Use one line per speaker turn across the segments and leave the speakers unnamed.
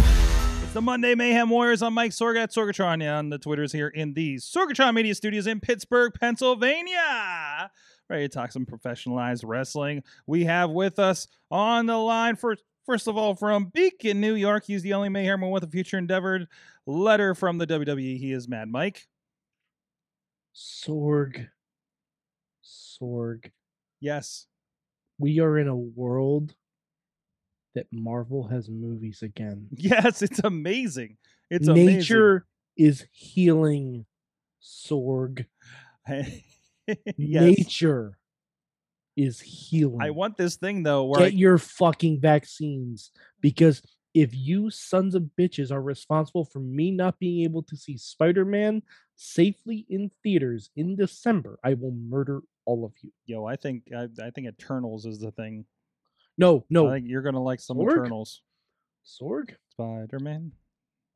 It's the Monday Mayhem Warriors. I'm Mike Sorg at Sorgatron and on the Twitters here in the Sorgatron Media Studios in Pittsburgh, Pennsylvania. Ready to talk some professionalized wrestling. We have with us on the line first, first of all, from Beacon, New York. He's the only Mayhem with a future endeavored letter from the WWE. He is Mad Mike.
Sorg. Sorg.
Yes.
We are in a world that Marvel has movies again.
Yes, it's amazing. It's
Nature is healing Sorg.
amazing. yes.
Nature is healing.
I want this thing though where I-
Get your fucking vaccines because if you sons of bitches are responsible for me not being able to see Spider-Man safely in theaters in December, I will murder all of you.
yo, I think I, I think Eternals is the thing.
No,
I
no,
think you're gonna like some
Zorg?
Eternals.
Sorg.
Spider Man,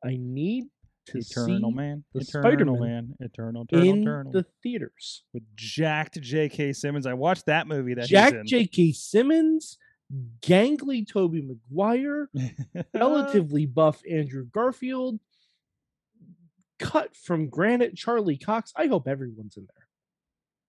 I need to
Eternal
see
Man,
the
Eternal
Spider-Man
Man, Eternal, Eternal,
in
Eternal.
the theaters.
With jacked J.K. Simmons, I watched that movie. That he's
Jack
in.
J.K. Simmons, gangly Toby Maguire, relatively buff Andrew Garfield, cut from granite Charlie Cox. I hope everyone's in there.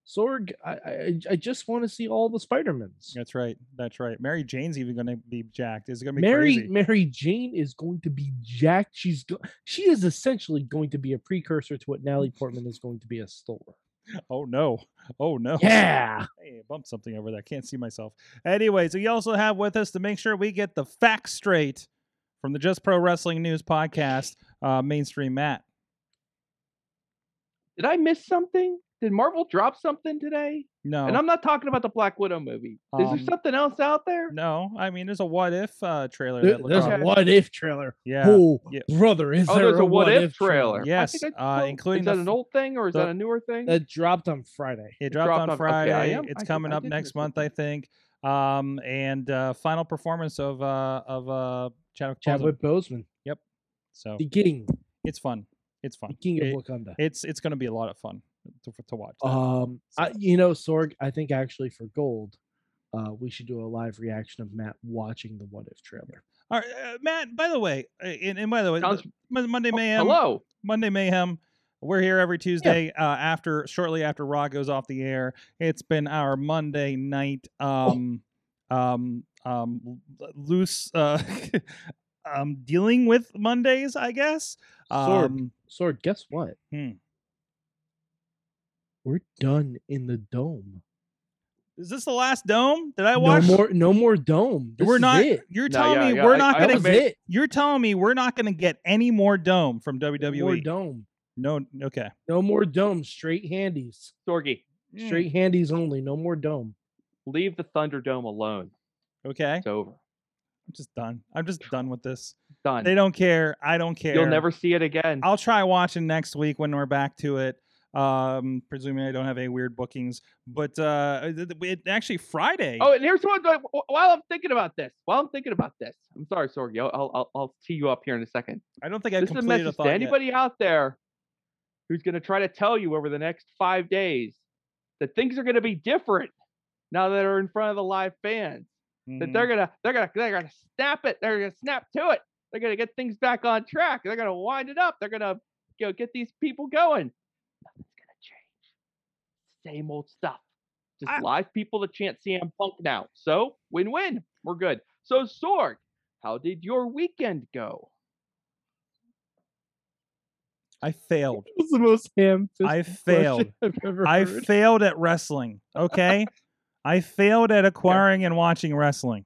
Sorg, I I, I just want to see all the Spider-Mans.
That's right. That's right. Mary Jane's even gonna be jacked. It's gonna be
Mary
crazy.
Mary Jane is going to be jacked. She's go- she is essentially going to be a precursor to what Natalie Portman is going to be a store.
Oh no. Oh no.
Yeah.
Hey, I bumped something over there. I can't see myself. Anyway, so you also have with us to make sure we get the facts straight from the Just Pro Wrestling News podcast, uh, mainstream Matt.
Did I miss something? Did Marvel drop something today?
No.
And I'm not talking about the Black Widow movie. Is
Um,
there something else out there?
No, I mean there's a what if uh trailer
There-
that looked
there's
up.
a
Okay.
what if trailer.
Yeah.
Oh,
yeah.
brother, is
oh,
there
there's
a,
a what if trailer. I
Yes,
think I
uh,
saw-
including
is
the
that
f-
an old thing or is
the-
that a newer thing?
that dropped on Friday.
It dropped,
dropped
on,
on- okay, I
Friday.
am-
it's
I did-
coming
I
up
did
next
miss
month, I think. Um and uh final performance of uh of uh Chadwick Boseman.
Chadwick Boseman,
So
the king,
it's fun. It's fun.
the king
Oh. It-
of Wakanda.
it's it's going to be a lot of fun to, to watch. that.
Um,
so-
I, you know, Sorg, I think actually for gold, uh, we should do a live reaction of Matt watching the what if trailer.
All right, uh, Matt. By the way, uh, and, and by the way,
Sounds-
the- Mon- Monday
Oh,
Mayhem.
hello.
Monday Mayhem. We're here every Tuesday uh, after shortly after Raw goes off the air. It's been our Monday night
Oh.
um um um l- loose uh um dealing with Mondays, I guess.
Sorg.
Um
Sorg, guess what?
Hmm.
We're done in the dome.
is this the last dome? Did I
No
watch?
more, no more dome. This
we're
is
not
It.
you're
No,
telling
yeah,
me
yeah,
we're
I-
not
I
That
gonna
is
was
get
it.
you're telling me we're not gonna get any more dome from
No more
WWE.
dome.
No okay.
No more dome. Straight handies.
Sorgi,
Hmm.
Straight handies only. No more dome.
leave the Thunderdome alone.
Okay.
It's over.
I'm just done. I'm just done with this.
Done.
They don't care. I don't care.
You'll never see it again.
I'll try watching next week when we're back to it. Um, presuming I don't have any weird bookings, but uh, th- th- it, actually Friday.
Oh, and here's what. While I'm thinking about this, while I'm thinking about this, I'm sorry, Sorgi. I'll I'll, I'll, I'll tee you up here in a second.
I don't think I
this is a
completed a
message
thought.
to
yet.
anybody out there who's going to try to tell you over the next five days that things are going to be different now that they're in front of the live fans. That
Mhm.
they're gonna they're gonna they're gonna snap it. They're gonna snap to it. They're gonna get things back on track. They're gonna wind it up. They're gonna you know, get these people going. Nothing's gonna change. Same old stuff. Just
I-
live people that can't see CM Punk now. So win win. We're good. So Sorg, how did your weekend go?
Mm-hmm. I failed.
It's the most ham.
I failed.
I've ever
I
heard.
failed at wrestling. Okay, I failed at acquiring and watching wrestling.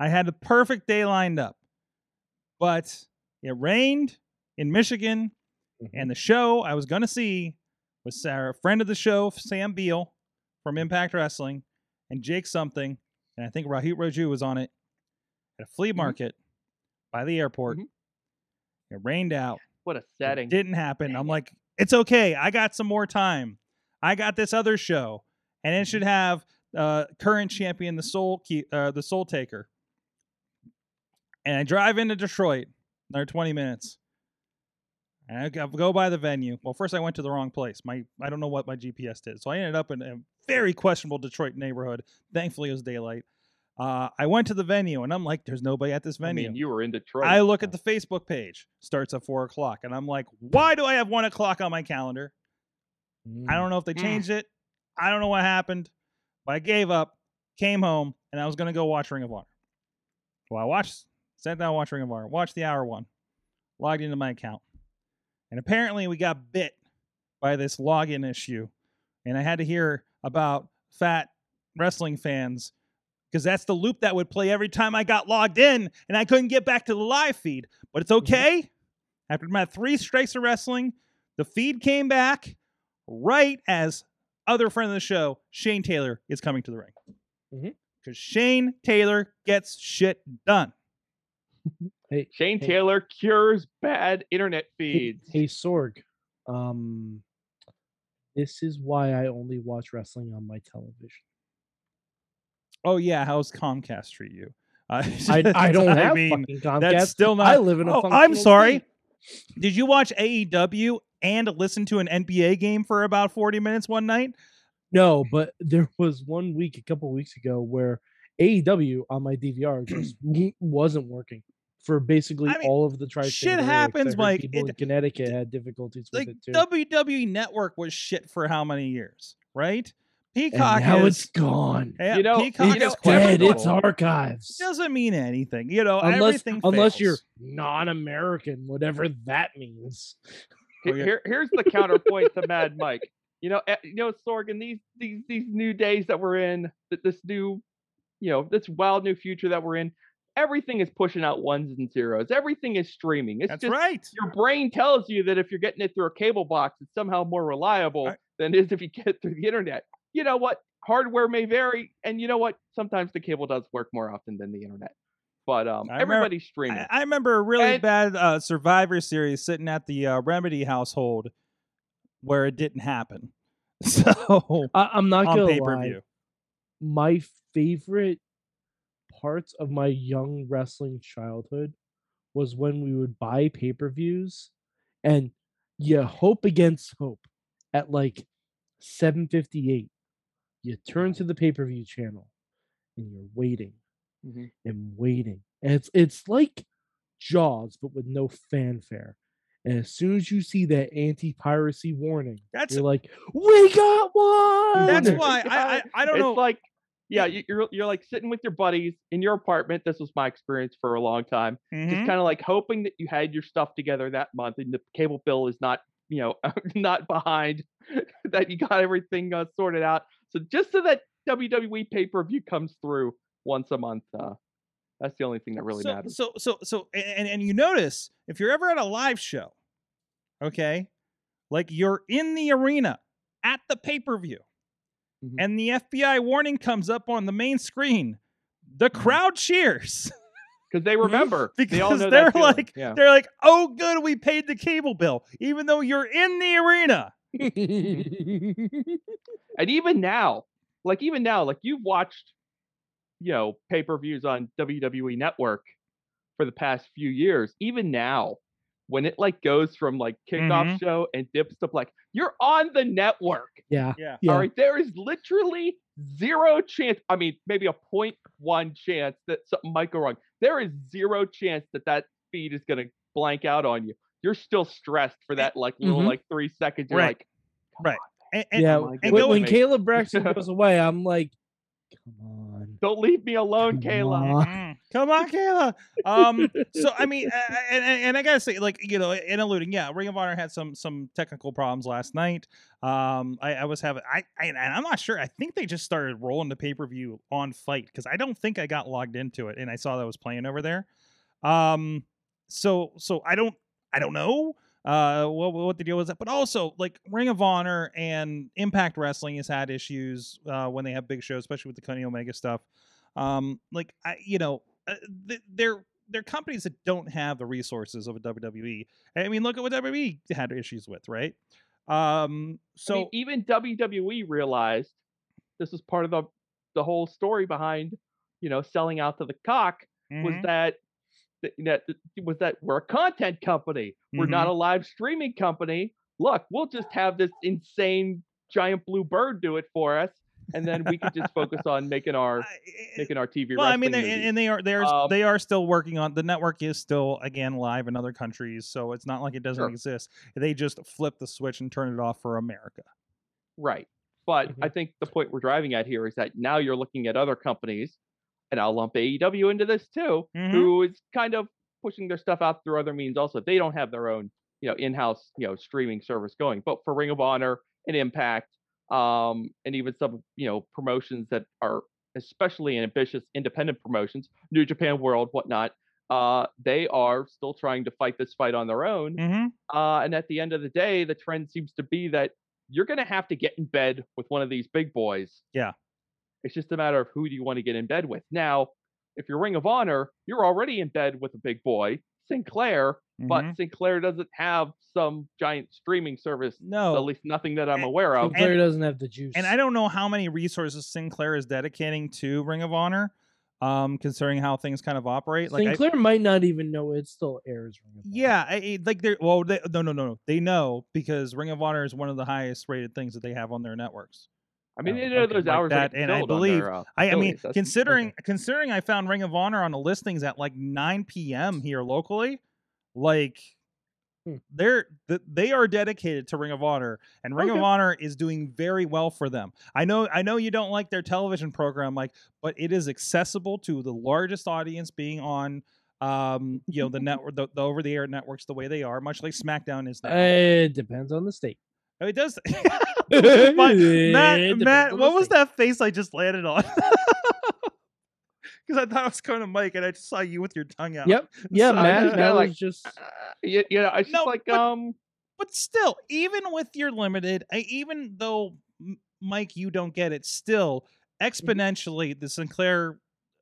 I had the perfect day lined up, but it rained in Michigan,
Mm-hmm.
and the show I was going to see was Sarah, friend of the show, Sam Beal from Impact Wrestling, and Jake something, and I think Rahit Raju was on
Mm-hmm.
it at a flea market by the airport.
Mhm.
It rained out.
What a
It
setting.
Didn't happen.
Dang
I'm
it.
like, it's okay. I got some more time. I got this other show, and it should have uh, current champion the Soul Ke- uh, the Soul Taker. And I drive into Detroit. Another 20 minutes. And I go- go by the venue. Well, first I went to the wrong place. My I don't know what my GPS did, so I ended up in a very questionable Detroit neighborhood. Thankfully, it was daylight. Uh, I went to the venue, and I'm like, "There's nobody at this
I
venue."
mean, you were in Detroit.
I look at the Facebook page, starts at four o'clock, and I'm like, why do I have one o'clock on my calendar? I don't know if they
Mm.
changed it. I don't know what happened, but I gave up, came home, and I was gonna go watch Ring of Honor. Well, I watched, sat down, watch Ring of Honor, watched the hour one, logged into my account, and apparently we got bit by this login issue, and I had to hear about fat wrestling fans because that's the loop that would play every time I got logged in, and I couldn't get back to the live feed. But it's
Mm-hmm.
okay. After my three strikes of wrestling, the feed came back right as other friend of the show, Shane Taylor, is coming to the ring.
Mhm.
Because Shane Taylor gets shit done.
Shane
Hey.
Taylor cures bad internet
Hey,
feeds.
hey, Sorg. Um, this is why I only watch wrestling on my television.
Oh yeah, how's Comcast treat you? Uh,
I, I don't have
mean,
fucking Comcast.
that's still not.
I live in a
Oh,
functional
I'm sorry.
state.
Did you watch AEW and listen to an NBA game for about 40 minutes one night?
No, but there was one week a couple weeks ago where AEW on my DVR just w- wasn't working for basically
I mean,
all of the tri
shit happens, Mike.
People
It-
in Connecticut had difficulties with
Like
it too.
WWE Network was shit for how many years, right? Peacock
and now
is
it's gone.
yeah,
You know,
Peacock
you know,
is
it's dead.
questionable.
It's archives.
doesn't mean anything, you know.
Unless,
everything
unless you're
fails.
non-American, whatever that means.
He-
Oh, yeah.
Here, here's the counterpoint to Mad Mike. You know, eh, you know, Sorg, in these these these new days that we're in, that this new, you know, this wild new future that we're in, everything is pushing out ones and zeros. Everything is streaming. It's
That's
just
right.
your brain tells you that if you're getting it through a cable box, it's somehow more reliable
I-
than it is if you get it through the internet. You know what? Hardware may vary, and you know what? Sometimes the cable does work more often than the internet. But um,
I remember-
everybody's streaming.
I, I remember a really
And-
bad uh, Survivor series sitting at the uh, Remedy household where it didn't happen. So
I, I'm not
on
gonna
pay per
lie.
view,
my favorite parts of my young wrestling childhood was when we would buy pay per views and you hope against hope at like 758 you turn to the pay per view channel and you're waiting
Mhm.
and waiting and it's it's like jaws but with no fanfare and as soon as you see that anti-piracy warning
That's-
you're like we got one
that's
wonder.
why I, I I don't
it's
know.
like, yeah, you- you're you're like sitting with your buddies in your apartment. This was my experience for a long time. Just
Mhm.
kind of like hoping that you had your stuff together that month, and the cable bill is not, you know, not behind. that you got everything uh, sorted out. So just so that WWE pay per view comes through once a month. Uh, that's the only thing that really
so,
matters.
So so so a- and and you notice if you're ever at a live show, okay, like you're in the arena at the pay per view,
Mhm.
and the FBI warning comes up on the main screen, the
Mm-hmm.
crowd cheers.
Because they remember. they all
Because
know that
they're
feeling.
like-
yeah.
They're like, oh, good, we paid the cable bill, even though you're in the arena.
and even now, like even now, like you've watched, you know, pay per views on WWE Network for the past few years. Even now, when it like goes from like kickoff
Mhm.
show and dips to like you're on the network.
yeah
Yeah.
yeah
All right, there is literally zero chance. I mean, maybe a point one chance that something might go wrong. There is zero chance that that feed is gonna blank out on you. You're still stressed for that like little
Mhm.
like three seconds. You're
Right.
like,
And, and-
yeah,
I'm like,
when,
"Go
when
with me."
Caleb Braxton goes away, I'm like, come on.
don't leave me alone,
Come
Kayla.
on.
Mm, Come on, Kayla. Um, so I mean, I- I- and, and and I gotta say, like you know, in alluding, yeah, Ring of Honor had some some technical problems last night. Um, I, I was having, I, I and I'm not sure. I think they just started rolling the pay per view on Fight because I don't think I got logged into it, and I saw that was playing over there. Um, so so I don't I don't know uh what what the deal was that, but also like Ring of Honor and Impact Wrestling has had issues uh when they have big shows, especially with the Kenny Omega stuff. Um, like I you know uh, th- they're they're companies that don't have the resources of a WWE. I mean, look at what WWE had issues with, right? Um,
I
so
mean, E even WWE realized this is part of the the whole story behind you know selling out to the cock was
mhm.
that that, that was that we're a content company. We're not
Mm-hmm.
a live streaming company. Look, we'll just have this insane giant blue bird do it for us, and then we can just focus on making our
I-
making our TV.
well, I mean,
wrestling
they
movies.
and they are they're
Um,
they are still working on the network is still again live in other countries, so it's not like it doesn't
Sure.
exist. They just flip the switch and turn it off for America.
Right. But
Mm-hmm.
I think the point we're driving at here is that now you're looking at other companies, and I'll lump AEW into this too,
Mhm.
who is kind of pushing their stuff out through other means also. They don't have their own, you know, in-house, you know, streaming service going. But for Ring of Honor and Impact, um, and even some, you know, promotions that are especially ambitious independent promotions, New Japan World, whatnot, uh, they are still trying to fight this fight on their own.
Mm-hmm.
Uh, and at the end of the day, the trend seems to be that you're going to have to get in bed with one of these big boys.
Yeah.
It's just a matter of who do you want to get in bed with. Now, if you're Ring of Honor, you're already in bed with a big boy, Sinclair,
mm-hmm.
but Sinclair doesn't have some giant streaming service, at
no,
least nothing that I'm
A-
aware of.
Sinclair doesn't have the juice.
and I don't know how many resources Sinclair is dedicating to Ring of Honor, um, considering how things kind of operate. Like, I,
Sinclair might not even know it still airs. Ring of Honor.
yeah, I, I- like they're well, they, no, no, no, no, they know because Ring of Honor is one of the highest rated things that they have on their networks.
I mean,
Oh,
they know
okay,
those
like
hours
that,
they can
and I
build on their,
believe-
uh,
I, I mean,
affiliates. That's-
considering considering I found Ring of Honor on the listings at like 9 p.m. here locally, like
Hmm.
they're th- they are dedicated to Ring of Honor, and Ring of
Okay.
Honor is doing very well for them. I know I know you don't like their television program, like, but it is accessible to the largest audience being on. Um, you know the network, the, the over-the-air networks, the way they are, much like SmackDown is now.
Uh, It depends on the state.
Oh, it does.
It
But Matt,
depends
Matt,
on
what
the
was
state.
that face I just landed on? Because I thought I was going to Mike, and I just saw you with your tongue out.
Yep. Yeah,
So,
Matt.
uh,
kinda
Matt
like-
was just.
Uh, you, you know, it's just
No,
like,
but-
um,
But still, even with your limited, I, even though M- Mike, you don't get it, still exponentially the Sinclair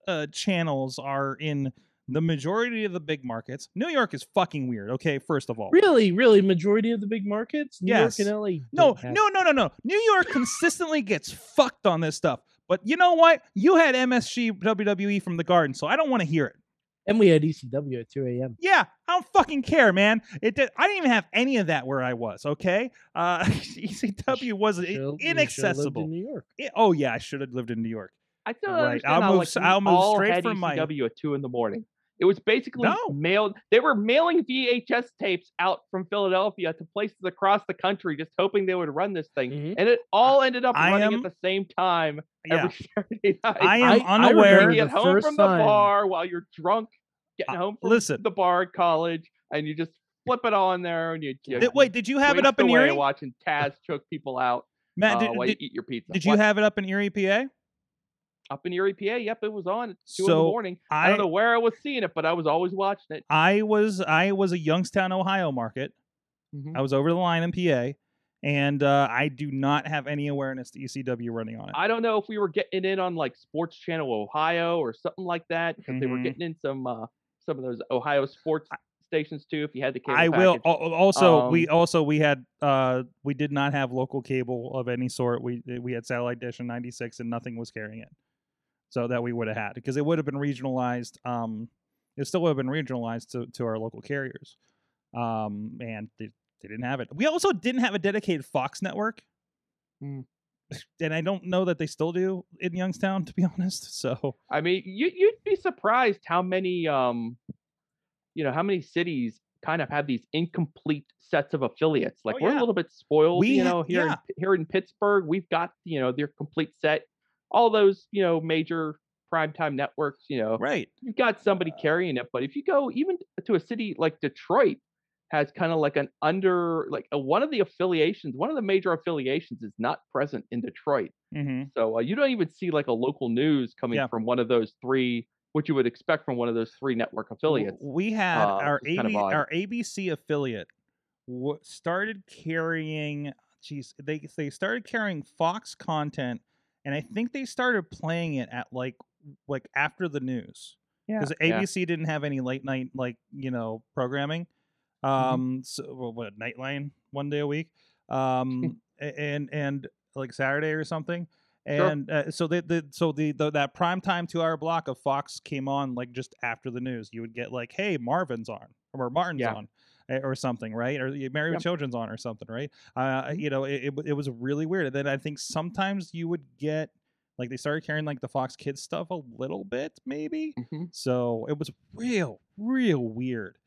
uh, channels are in the majority of the big markets. New York is fucking weird. Okay, first of all,
Really, really, majority of the big markets, New
Yes.
York and LA.
No,
don't have-
no, no, no, no. New York consistently gets fucked on this stuff. But you know what? You had MSG WWE E from the garden, so I don't want to hear it.
And we had ECW at 2 a.m.
Yeah, I don't fucking care, man. It did, I didn't even have any of that where I was. Okay, uh, ECW was i-
Should've- we should've lived in
inaccessible.
New York.
I- oh yeah, I should have lived in New York.
I still
Right,
don't understand
I'll
how
move
like,
s-
we
I'll move
all
straight
had
from my-
ECW at two in the morning. It was basically
No.
mailed. They were mailing VHS tapes out from Philadelphia to places across the country, just hoping they would run this thing.
Mhm.
And it all ended up
Mm-hmm. I
running
am-
at the same time
Yeah,
every Saturday night.
I am
You
unaware-
remember
get
the
home
first
from
time-
the bar while you're drunk, getting
Uh,
home from
listen.
the bar at college, and you just flip it on there and you, you
Did- wait, did you have it
waste
up in
away
Erie,
watching Taz choke people out
Matt?
uh,
Did,
while
did,
you eat your pizza.
did you
What?
have it up in Erie, PA?
up in Erie, PA? Yep, it was on at two in the
So,
morning. I,
I
don't know where I was seeing it, but I was always watching it.
I was I was a Youngstown, Ohio market. I was over the line in PA, and uh, I do not have any awareness to ECW running on it.
I don't know if we were getting in on like Sports Channel Ohio or something like that because they were
Mhm.
getting in some uh, some of those Ohio sports stations too. If you had the cable,
I, will.
package.
al- al- Also, we
Um,
also we had uh, we did not have local cable of any sort. We eh, we had satellite dish in '96, and nothing was carrying it. So that we would have had because it would have been regionalized. Um, it still would have been regionalized to to our local carriers. Um, and they, they didn't have it. We also didn't have a dedicated Fox network.
Mm.
And I don't know that they still do in Youngstown, to be honest. So
I mean, you you'd be surprised how many um, you know, how many cities kind of have these incomplete sets of affiliates. Like we're
Oh, yeah.
a little bit spoiled,
We
you
ha-
know, here
yeah.
in, here in Pittsburgh, we've got you know their complete set. All those you know major primetime networks, you know,
right,
you've got somebody carrying it. But if you go even to a city like Detroit, has kind of like an under like uh, one of the affiliations, one of the major affiliations is not present in Detroit.
hmm
So uh, you don't even see like a local news coming
Yeah.
from one of those three, what you would expect from one of those three network affiliates.
We had
uh,
our
which
AB,
is kind of odd.
our ABC affiliate w- started carrying. Geez, they they started carrying Fox content, and I think they started playing it at like like after the news.
Yeah.
because
yeah.
ABC didn't have any late night like you know programming.
Mm-hmm.
Um, so well, what Nightline one day a week, um, a- and and like Saturday or something.
Sure.
And uh, so they, the so the, the that prime time two hour block of Fox came on like just after the news. You would get like, hey, Marvin's on or Martin's
Yeah.
on eh, or something, right? Or you Married with
Yep. Mm-hmm.
Children's on or something, right? Uh, you know, it, it w- it was really weird. And then I think sometimes you would get like they started carrying like the Fox Kids stuff a little bit, maybe.
Mhm.
So it was real, real weird,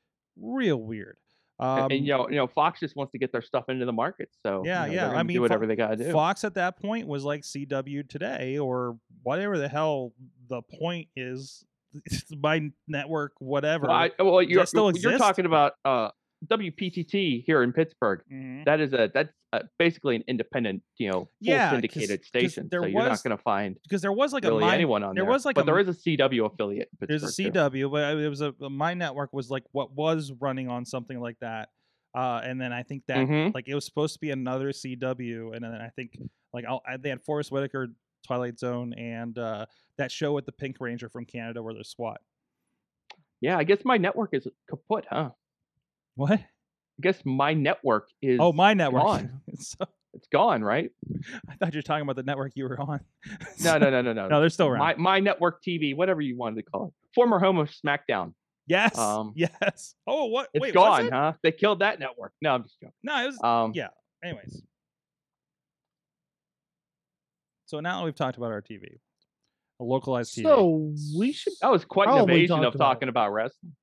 real weird. Um,
and, and you know, you know, Fox just wants to get their stuff into the market. So
Yeah,
you know,
yeah,
they're
I
gonna
mean,
do
Fo-
whatever they gotta do.
Fox at that point was like CW today or whatever the hell the point is. My network, whatever.
Well, I- well, you're,
still
you're- you're
exist?
talking about uh, WPTT here in Pittsburgh.
Mhm.
That is a that's uh basically an independent, you know, full
Yeah, 'cause-
syndicated
'cause
station.
there
so you're
was
not going to find
Because there was like
really
a mind
anyone on
there
there.
was like a
but there
m-
is a CW affiliate. In
there's a
Pittsburgh, too.
CW, but it was a my network was like what was running on something like that, uh, and then I think that
Mhm.
like it was supposed to be another CW, and then I think like I'll, I, they had Forrest Whitaker, Twilight Zone, and uh, that show with the Pink Ranger from Canada where they're SWAT.
Yeah, I guess my network is kaput, huh? I
What?
guess my network is.
Oh, my network.
gone.
so,
it's gone, right?
I thought you were talking about the network you were on.
No, no, no, no, no.
no, they're still around.
my my network TV, whatever you wanted to call it, former home of SmackDown.
yes,
um,
yes. Oh, what?
It's
Wait, was
gone,
it?
huh? They killed that network. No, I'm just joking.
No, it was.
Um,
yeah. Anyways, so now that we've talked about our TV, a localized TV.
So we should. oh,
that was quite an
Probably
invasion
talked
of
about it.
talking about wrestling.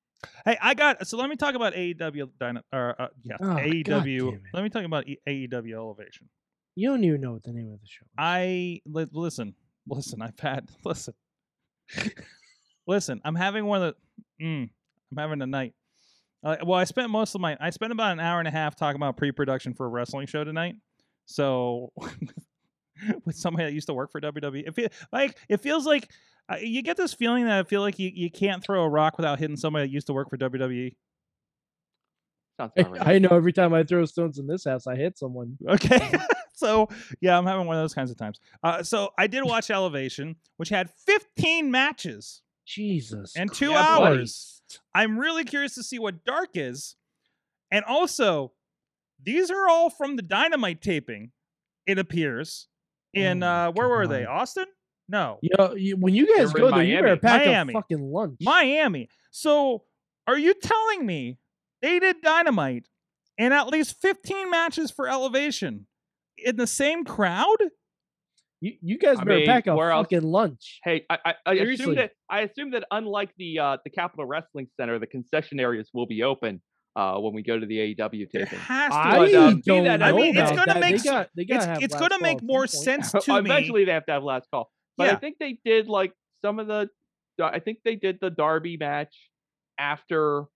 Hey, I got so let me talk about AEW Dyna, or uh, yeah,
Oh,
AEW.
goddamn it.
Let me talk about E- AEW Elevation.
You don't even know what the name of the show. is.
I li- listen, listen. I've had listen, listen. I'm having one of the. Mm, I'm having a night. Uh, well, I spent most of my. I spent about an hour and a half talking about pre-production for a wrestling show tonight. So, with somebody that used to work for WWE, it feel, like it feels like uh, you get this feeling that I feel like you, you can't throw a rock without hitting somebody that used to work for E. WWE.
Sounds about right.
I, know every time I throw stones in this house, I hit someone.
Okay. so, yeah, I'm having one of those kinds of times. Uh, so, I did watch Elevation, which had 15 matches
Jesus.
and two
Yeah, buddy.
hours. I'm really curious to see what Dark is. And also, these are all from the Dynamite taping, it appears. In,
Oh my
uh, where were they?
God.
Austin? No.
You know, you, when you guys
They were
go
in
there, you
Miami.
better pack
Miami.
a fucking lunch.
Miami. So, are you telling me they did Dynamite and at least 15 matches for Elevation in the same crowd?
you, you guys
I
better
mean,
pack a
where else-
fucking lunch.
Hey, I, I, I assume
Seriously.
that I assume that unlike the uh, the Capital Wrestling Center, the concession areas will be open uh, when we go to the AEW
There
taping.
has to
I
be. a-
um,
don't
be that-
know
I mean, it's
about
gonna
that.
make
They
s-
got, they gotta
It's,
have
it's
last
going to
call
make
at some
more
point.
sense
Uh,
to me.
Eventually, they have to have last call. But I
Yeah.
think they did like some of the. uh, I think they did the Derby match after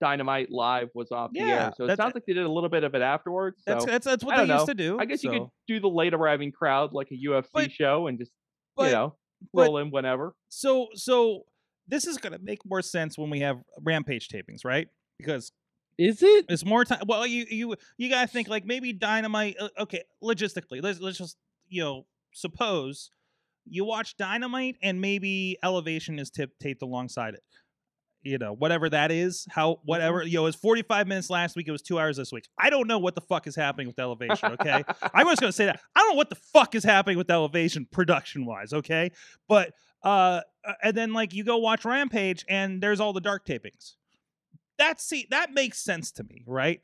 Dynamite Live was off the
Yeah,
air. So it
that's-
sounds like they did a little bit of it afterwards. So
That's, that's that's what
I
they
don't
used
know.
to do.
I guess you could
so-
do the late arriving crowd like a UFC
But-
show and just
but-
you know
but-
roll in whenever.
So so this is going to make more sense when we have rampage tapings, right? Because
Is it?
it's more time. Well, you you you got to think like maybe dynamite. uh, Okay, logistically, let's let's just you know suppose you watch dynamite and maybe elevation is tip taped alongside it. You know, whatever that is, how whatever you know, it was 45 minutes last week, it was two hours this week. I don't know what the fuck is happening with elevation, okay? I'm just gonna say that I don't know what the fuck is happening with Elevation production wise, okay? But uh, uh, and then like you go watch Rampage and there's all the dark tapings. That see that makes sense to me, right?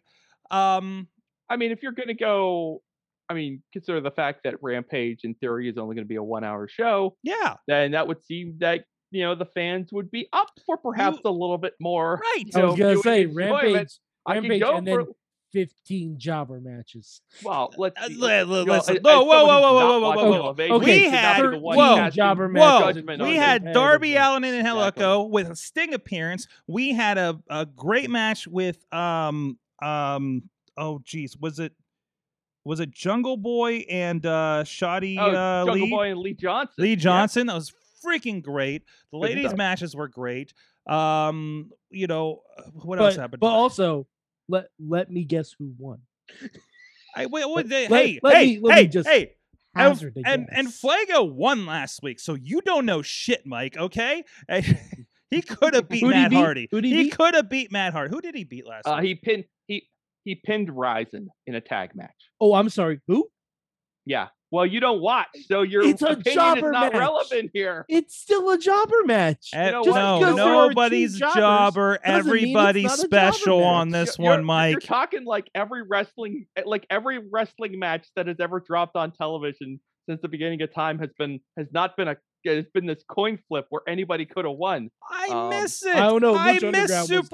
Um,
I mean, if you're gonna go, I mean, consider the fact that Rampage in theory is only gonna be a one hour show,
yeah,
then that would seem that you know the fans would be up for perhaps a little bit more.
right.
So
I was gonna
doing
say
enjoyment,
rampage,
I could
rampage,
go
and
for
then fifteen jobber matches.
well, let's
Uh,
see,
li- li-
you know,
listen,
as-
whoa,
as
whoa,
someone
whoa, whoa,
who's not
whoa, whoa,
watching
whoa,
whoa.
Elevation,
We
it's not
had-
the one
whoa,
casting
jobber
whoa,
matches.
judgment
We
on
had
them.
Darby
Everyone.
Allen and
Exactly.
Helico with a Sting appearance. We had a, a great match with um um oh geez, was it was it Jungle Boy and uh Shoddy
Oh,
uh,
Jungle
Lee?
Boy and Lee Johnson.
Lee
Yeah.
Johnson. That was freaking great. The
Good
ladies'
stuff.
matches were great. Um, you know uh, what else
But,
happened?
but
tonight?
also, let let me guess who won.
I, wait, wait,
let-
they-
let-
hey,
let
hey,
me- let me
hey,
just
hey, and-
Hazard a
and and
guess.
Flago won last week, so you don't know shit, Mike. Okay, And- He could have beat
Who'd he
Matt
beat?
Hardy.
Who'd he
he
beat?
could have beat Matt Hardy. Who did he beat last?
Uh,
week?
he pinned he he pinned Ryzen in a tag match.
Oh, I'm sorry. Who?
Yeah. Well, you don't watch, so your
It's a
opinion is
jobber
not
match.
relevant here.
It's still a jobber match.
Eh,
you know what?
no,
Just because there
are two
nobody's
jobbers
jobber.
doesn't mean it's
Everybody's
not a jobber
special on
match.
this
You're-
one,
you're- You're
Mike.
talking like every wrestling, eh, like every wrestling match that has ever dropped on television since the beginning of time has been has not been a has been this coin flip where anybody could have won.
I
Um,
miss it.
I don't know. Which Underground
miss
was kinda Like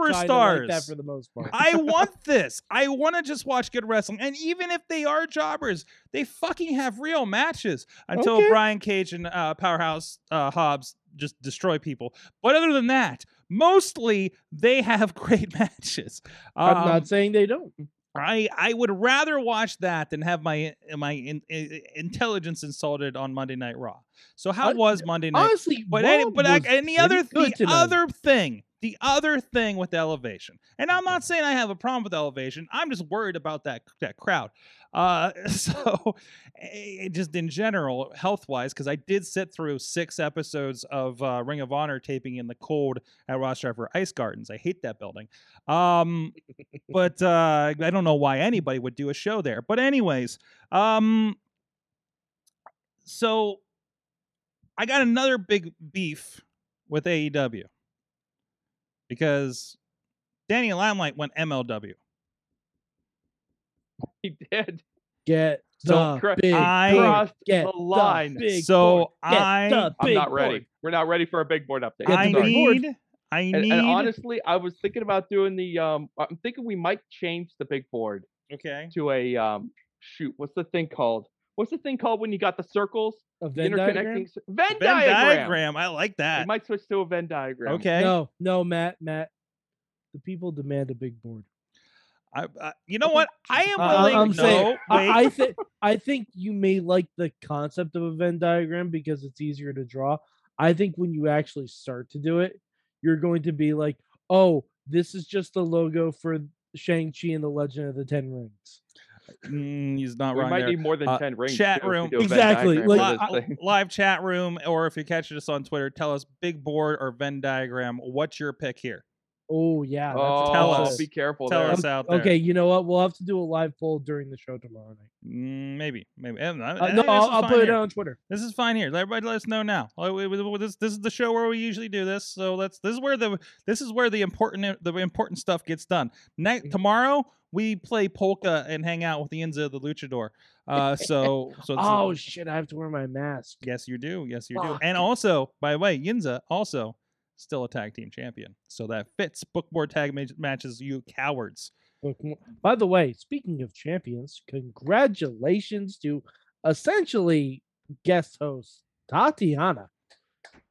that
superstars.
for the most part.
I want this. I want to just watch good wrestling. And even if they are jobbers, they fucking have real matches until
Okay.
Brian Cage and uh, Powerhouse uh, Hobbs just destroy people. But other than that, mostly they have great matches.
I'm
Um,
not saying they don't.
I I would rather watch that than have my my in, in, intelligence insulted on Monday Night Raw. So how
I-
was Monday Night?
Honestly,
But
Raw
any, but I,
was
and the
pretty
other
good
the
tonight.
other thing, the other thing with elevation, and I'm
Okay.
not saying I have a problem with elevation. I'm just worried about that that crowd. Uh, so eh, just in general, health wise, because I did sit through six episodes of uh, Ring of Honor taping in the cold at Ross Driver Ice Gardens. I hate that building. Um, but uh, I don't know why anybody would do a show there. But anyways, um, so I got another big beef with AEW because Daniel Limelight went MLW.
He did
get
So
the
cra-
big
I-
board.
crossed
Get
the
the
line.
big board.
so
Get
I
the
I'm
big
not ready.
board.
We're not ready for a big board update.
Get
I
the
I'm sorry.
big board.
need I need
And, and honestly, I was thinking about doing the. Um, I'm thinking we might change the big board
okay
to a. Um, shoot, what's the thing called? What's the thing called when you got the circles
A Venn
interconnecting
diagram?
cir- Venn,
Venn
diagram.
diagram. I like
We
that.
might switch to a Venn diagram.
Okay.
No, no, Matt, Matt. The people demand a big board.
I, I- you know what? I am
Uh, I-
willing.
I'm
no,
saying-
wait.
I, I think I think you may like the concept of a Venn diagram because it's easier to draw. I think when you actually start to do it, you're going to be like, "Oh, this is just the logo for Shang Chi and the Legend of the Ten Rings."
Mm, he's not
We
wrong
might
there.
need more than
Uh,
ten rings.
chat
if we
room.
do a Venn
Exactly,
diagram for
like,
this
Li- uh,
thing.
live chat room, or if you're catching us on Twitter, tell us big board or Venn diagram. What's your pick here?
Oh yeah, that's
oh,
a
tell
good
us.
Be
idea.
careful
tell
there.
us out there.
Okay, you know what? We'll have to do a live poll during the show tomorrow night.
Mm, maybe, maybe. I don't know.
Uh,
I
no,
think this
I'll,
is
I'll
fine
put it
here.
on Twitter.
This is fine here. Everybody, let us know now. Like, we- we- This this is the show where we usually do this. So let's. This is where the this is where the important uh, the important stuff gets done.
Mm-hmm.
Night tomorrow we play polka and hang out with the Enzo the Luchador. Uh, so so. it's-
Oh shit! I have to wear my mask.
Yes, you do. Yes, you do.
Fuck.
And also, by the way, Yinza also still a tag team champion. So that fits. Book more tag ma- matches, you cowards.
Look, m- By the way, speaking of champions, congratulations to essentially guest host Tatiana.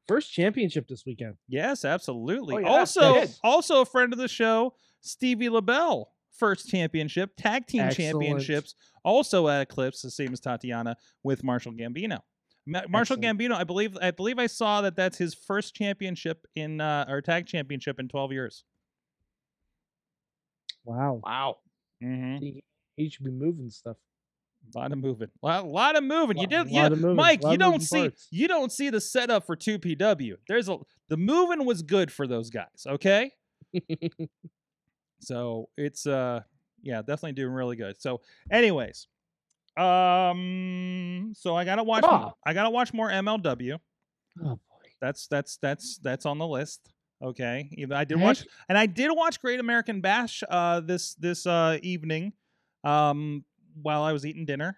First championship this weekend.
Yes, absolutely.
Oh, yeah,
also,
yes.
also a friend of the show, Stevie LaBelle. First championship, tag team
Excellent.
championships, also at Eclipse, the same as Tatiana with Marshall Gambino. Ma- Marshall
Excellent.
Gambino, I believe, I believe I saw that that's his first championship in uh, or tag championship in twelve years.
Wow.
Wow.
Mm-hmm.
He, he should be moving stuff.
A lot of moving. A lot, lot of moving. you
Lot-
did,
lot
you,
of moving,
Mike.
lot
You
of
don't
moving
see.
parts.
You don't see the setup for two PW. There's a the moving was good for those guys. Okay, so it's uh yeah definitely doing really good. So anyways, um so I gotta watch.
Raw.
I gotta watch more MLW.
Oh boy.
That's that's that's that's on the list. Okay, Even- I did
Heck.
watch and I did watch Great American Bash uh this this uh evening, um while I was eating dinner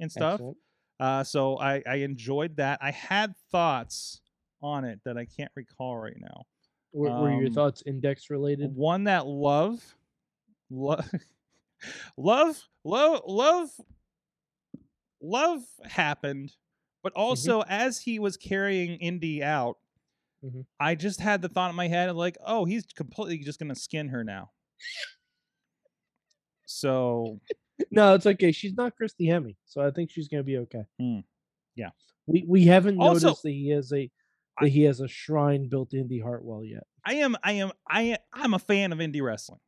and stuff.
Excellent.
Uh, so I, I enjoyed that. I had thoughts on it that I can't recall right now.
Were, were your
Um,
thoughts index related?
One that love, love, love, love, love, love happened, but also as he was carrying Indy out,
Mhm.
I just had the thought in my head of like, oh, he's completely just gonna skin her now. So
No, it's okay. She's not Christy Hemme, so I think she's gonna be okay.
Hmm. Yeah.
We we haven't
Also-
noticed that he has a that he has a shrine built in the Hartwell yet.
I am I am I am, I'm a fan of indie wrestling.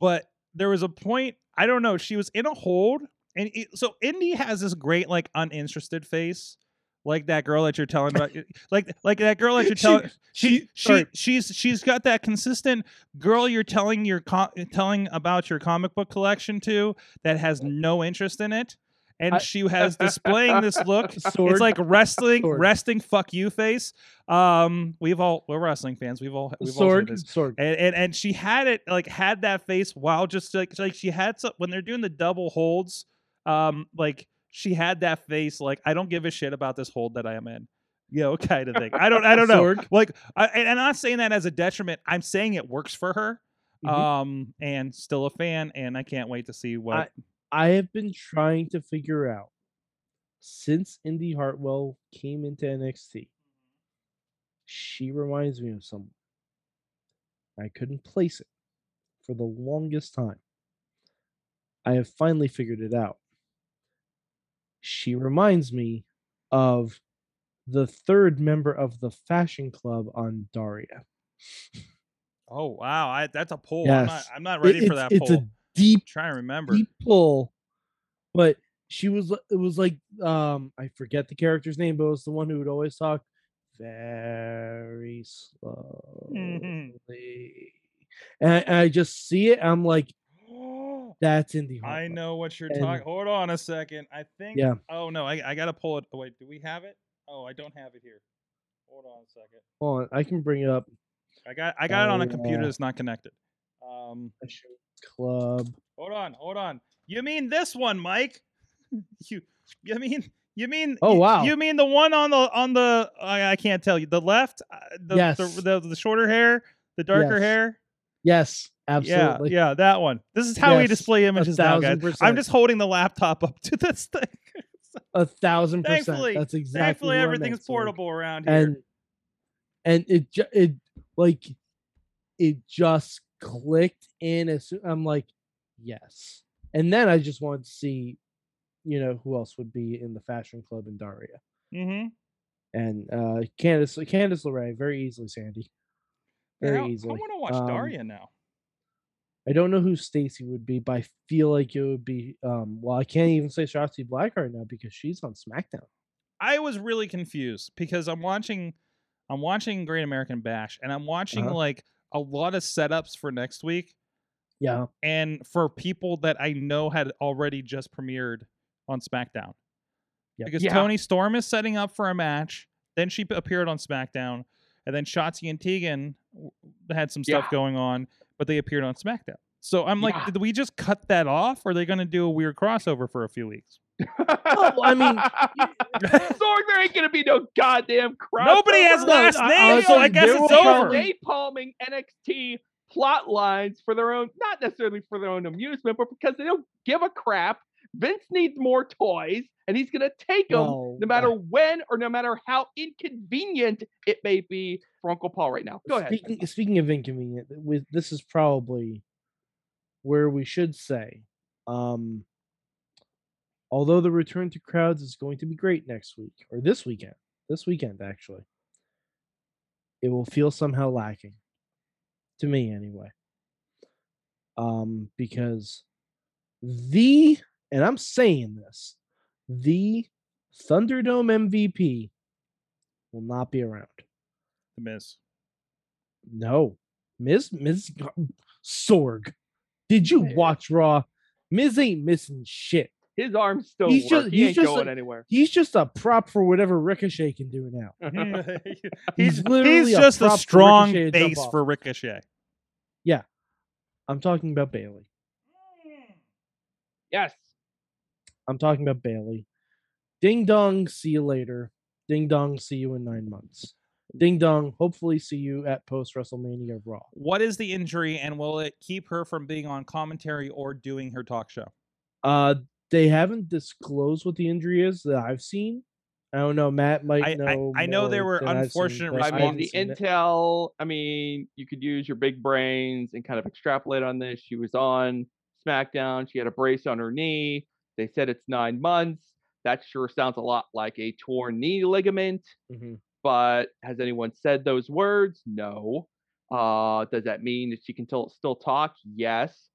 But there was a point, I don't know, she was in a hold and it, so Indy has this great like uninterested face like that girl that you're telling about, like like that girl that you're telling. She she
sorry.
she's she's got that consistent girl you're telling your co- telling about your comic book collection to that has no interest in it, and
I-
she has displaying this look.
Sword.
It's like wrestling,
Sword.
resting fuck you face. Um, we've all we're wrestling fans. We've all we've all seen
sword.
this.
Sword.
And, and and she had it like had that face while just like like she had some when they're doing the double holds, um, like she had that face like I don't give a shit about this hold that I am in, you know, kind of thing. I don't I don't know.
Sword.
Like, I, and I'm not saying that as a detriment. I'm saying it works for her.
Mhm.
Um, and still a fan, and I can't wait to see what.
I have been trying to figure out since Indy Hartwell came into NXT. She reminds me of someone. I couldn't place it for the longest time. I have finally figured it out. She reminds me of the third member of the fashion club on Daria.
oh wow, I, that's a poll. I'm not.
Yes.
I'm not
It-
ready for
it's-
that
It's
poll.
a deep
Try and remember.
deep pull, but she was li- it was like um I forget the character's name, but it was the one who would always talk very slowly.
Mhm.
And I, and I just see it, I'm like, that's Indy
Oh, I
Hartwell.
know what you're
And-
talking. Hold on a second. I think.
Yeah.
Oh no, I, I gotta pull it. Oh, wait, do we have it? Oh, I don't have it here. Hold on a second.
Hold on, I can bring up
I got I got it on a
Oh,
computer
yeah.
that's not connected. Um,
Fashion Club.
hold on, hold on. You mean this one, Mike? you you mean you mean
Oh,
you-
wow.
you mean the one on the on the I, I can't tell you the left uh, the,
Yes.
the, the the shorter hair the darker
Yes.
hair
Yes, absolutely.
yeah yeah that one this is how we
Yes,
display
A
images now guys
thousand
I'm
percent.
just holding the laptop up to this thing
a thousand percent.
Thankfully-
that's exactly.
Thankfully,
what I
everything's
meant, Sorg.
portable around here.
and and it ju- it like it just clicked in as soon, I'm like yes and then I just wanted to see you know who else would be in the fashion club in Daria
mm-hmm.
and uh Candice Candice LeRae very easily Sandy very easily
I want to watch
Um,
Daria now.
I don't know who Stacy would be but I feel like it would be um well I can't even say Shotzi Blackheart now because she's on SmackDown
I was really confused because I'm watching, I'm watching Great American Bash, and I'm watching
Uh-huh.
like a lot of setups for next week,
yeah
and for people that I know had already just premiered on SmackDown.
Yep.
Because
Yeah.
Tony Storm is setting up for a match, then she p- appeared on SmackDown, and then Shotzi and Tegan w- had some stuff
Yeah.
going on, but they appeared on SmackDown. So I'm like,
Yeah.
did we just cut that off? Or are they going to do a weird crossover for a few weeks?
Oh, I mean,
Sorg, there ain't gonna be no goddamn crossover.
Nobody has
No,
last
I-
names,
honestly,
so I guess
there
it's
will
over.
probably-
napalming NXT plot lines for their own, not necessarily for their own amusement, but because they don't give a crap. Vince needs more toys, and he's gonna take them
Oh,
Well,
um, no
uh.
matter when or no matter how inconvenient it may be for Uncle Paul right now. Go ahead.
Speaking, speaking of inconvenient, th- with this is probably where we should say, um, although the return to crowds is going to be great next week or this weekend, this weekend actually, it will feel somehow lacking, to me anyway. Um, because the and I'm saying this, the Thunderdome MVP will not be around.
The Miz.
No, Miz Miz Gar- Sorg. Did you
Yeah.
watch Raw? Miz ain't missing shit.
His arms still
He's
work.
just-
he
he's
ain't
just
going
a-
anywhere.
He's just a prop for whatever Ricochet can do now.
he's,
He's
he's
literally a
just a
prop for
strong
Ricochet to jump
base
off.
for Ricochet.
I'm talking about Bailey.
yes.
I'm talking about Bailey. Ding dong, see you later. Ding dong, see you in nine months. Ding dong, hopefully see you at post WrestleMania Raw.
What is the injury, and will it keep her from being on commentary or doing her talk show?
Uh, they haven't disclosed what the injury is that I've seen. I don't know. Matt might
I- I-
know.
I know there
more
were
than I've seen,
unfortunate
but
I
Yes,
mean,
haven't
the
seen it.
intel, I mean, you could use your big brains and kind of extrapolate on this. She was on SmackDown. She had a brace on her knee. They said it's nine months. That sure sounds a lot like a torn knee ligament,
Mhm.
but has anyone said those words? No. Uh, does that mean that she can still still talk? Yes.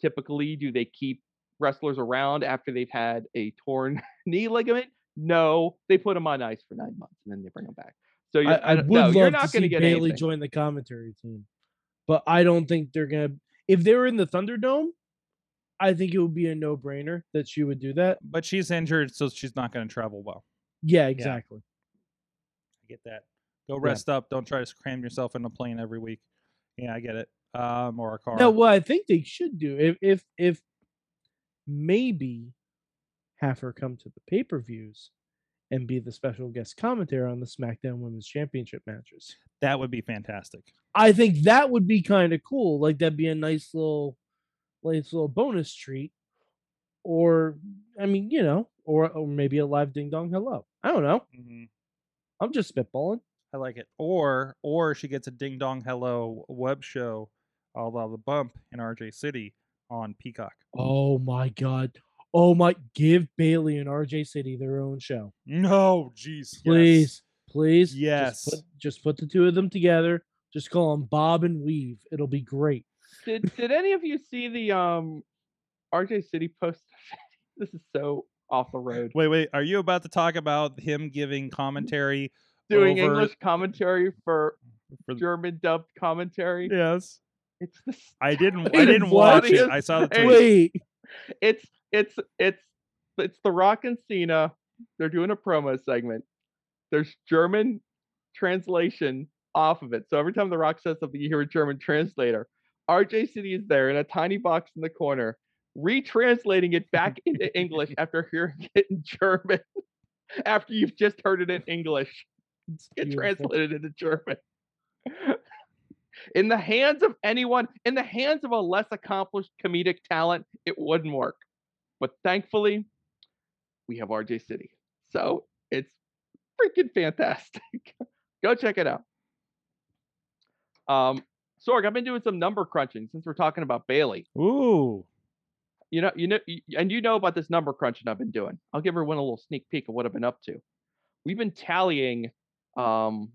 Typically, do they keep wrestlers around after they've had a torn knee ligament? No, they put him on ice for nine months and then they bring him back. So you're,
I, I
don't-
would
no,
love
you're
to
not going
see
to get
Bailey
anything.
join the commentary team, but I don't think they're gonna. If they were in the Thunderdome, I think it would be a no-brainer that she would do that.
But she's injured, so she's not going to travel well.
Yeah, exactly.
I get that. Go rest up. Don't try to cram yourself in a plane every week. Yeah, I get it. Um, or a car.
Now, what I think they should do, if if if maybe have her come to the pay-per-views and be the special guest commentator on the SmackDown Women's Championship matches.
that would be fantastic.
I think that would be kind of cool. Like that'd be a nice little, nice little bonus treat. Or, I mean, you know, or or maybe a live ding dong hello. I don't know.
Mm-hmm.
I'm just spitballing.
I like it. Or or she gets a ding dong hello web show, a la the bump in RJ City on Peacock.
Oh my god. Oh my! Give Bailey and RJ City their own show,
No, jeez, yes.
please, please.
Yes.
Just put, just put the two of them together. Just call them Bob and Weave. It'll be great.
did did any of you see the um RJ City post? this is so off the road.
Wait, wait. Are you about to talk about him giving commentary?
Doing
over-
English commentary for
For the-
German dubbed commentary.
yes.
It's the s-
I didn't. I
Wait,
didn't
what?
watch it. I saw the
Hey.
tweet.
Wait,
it's it's it's it's the Rock and Cena. They're doing a promo segment. There's German translation off of it. So every time the Rock says something, you hear a German translator. RJ City is there in a tiny box in the corner, retranslating it back into English after hearing it in German. After you've just heard it in English,
it's
it
beautiful.
translated into German. in the hands of anyone, in the hands of a less accomplished comedic talent, it wouldn't work. But thankfully, we have RJ City. So it's freaking fantastic. Go check it out. Um, Sorg, I've been doing some number crunching since we're talking about Bailey.
Ooh.
You know, you know, y- and you know about this number crunching I've been doing. I'll give everyone a little sneak peek of what I've been up to. We've been tallying um,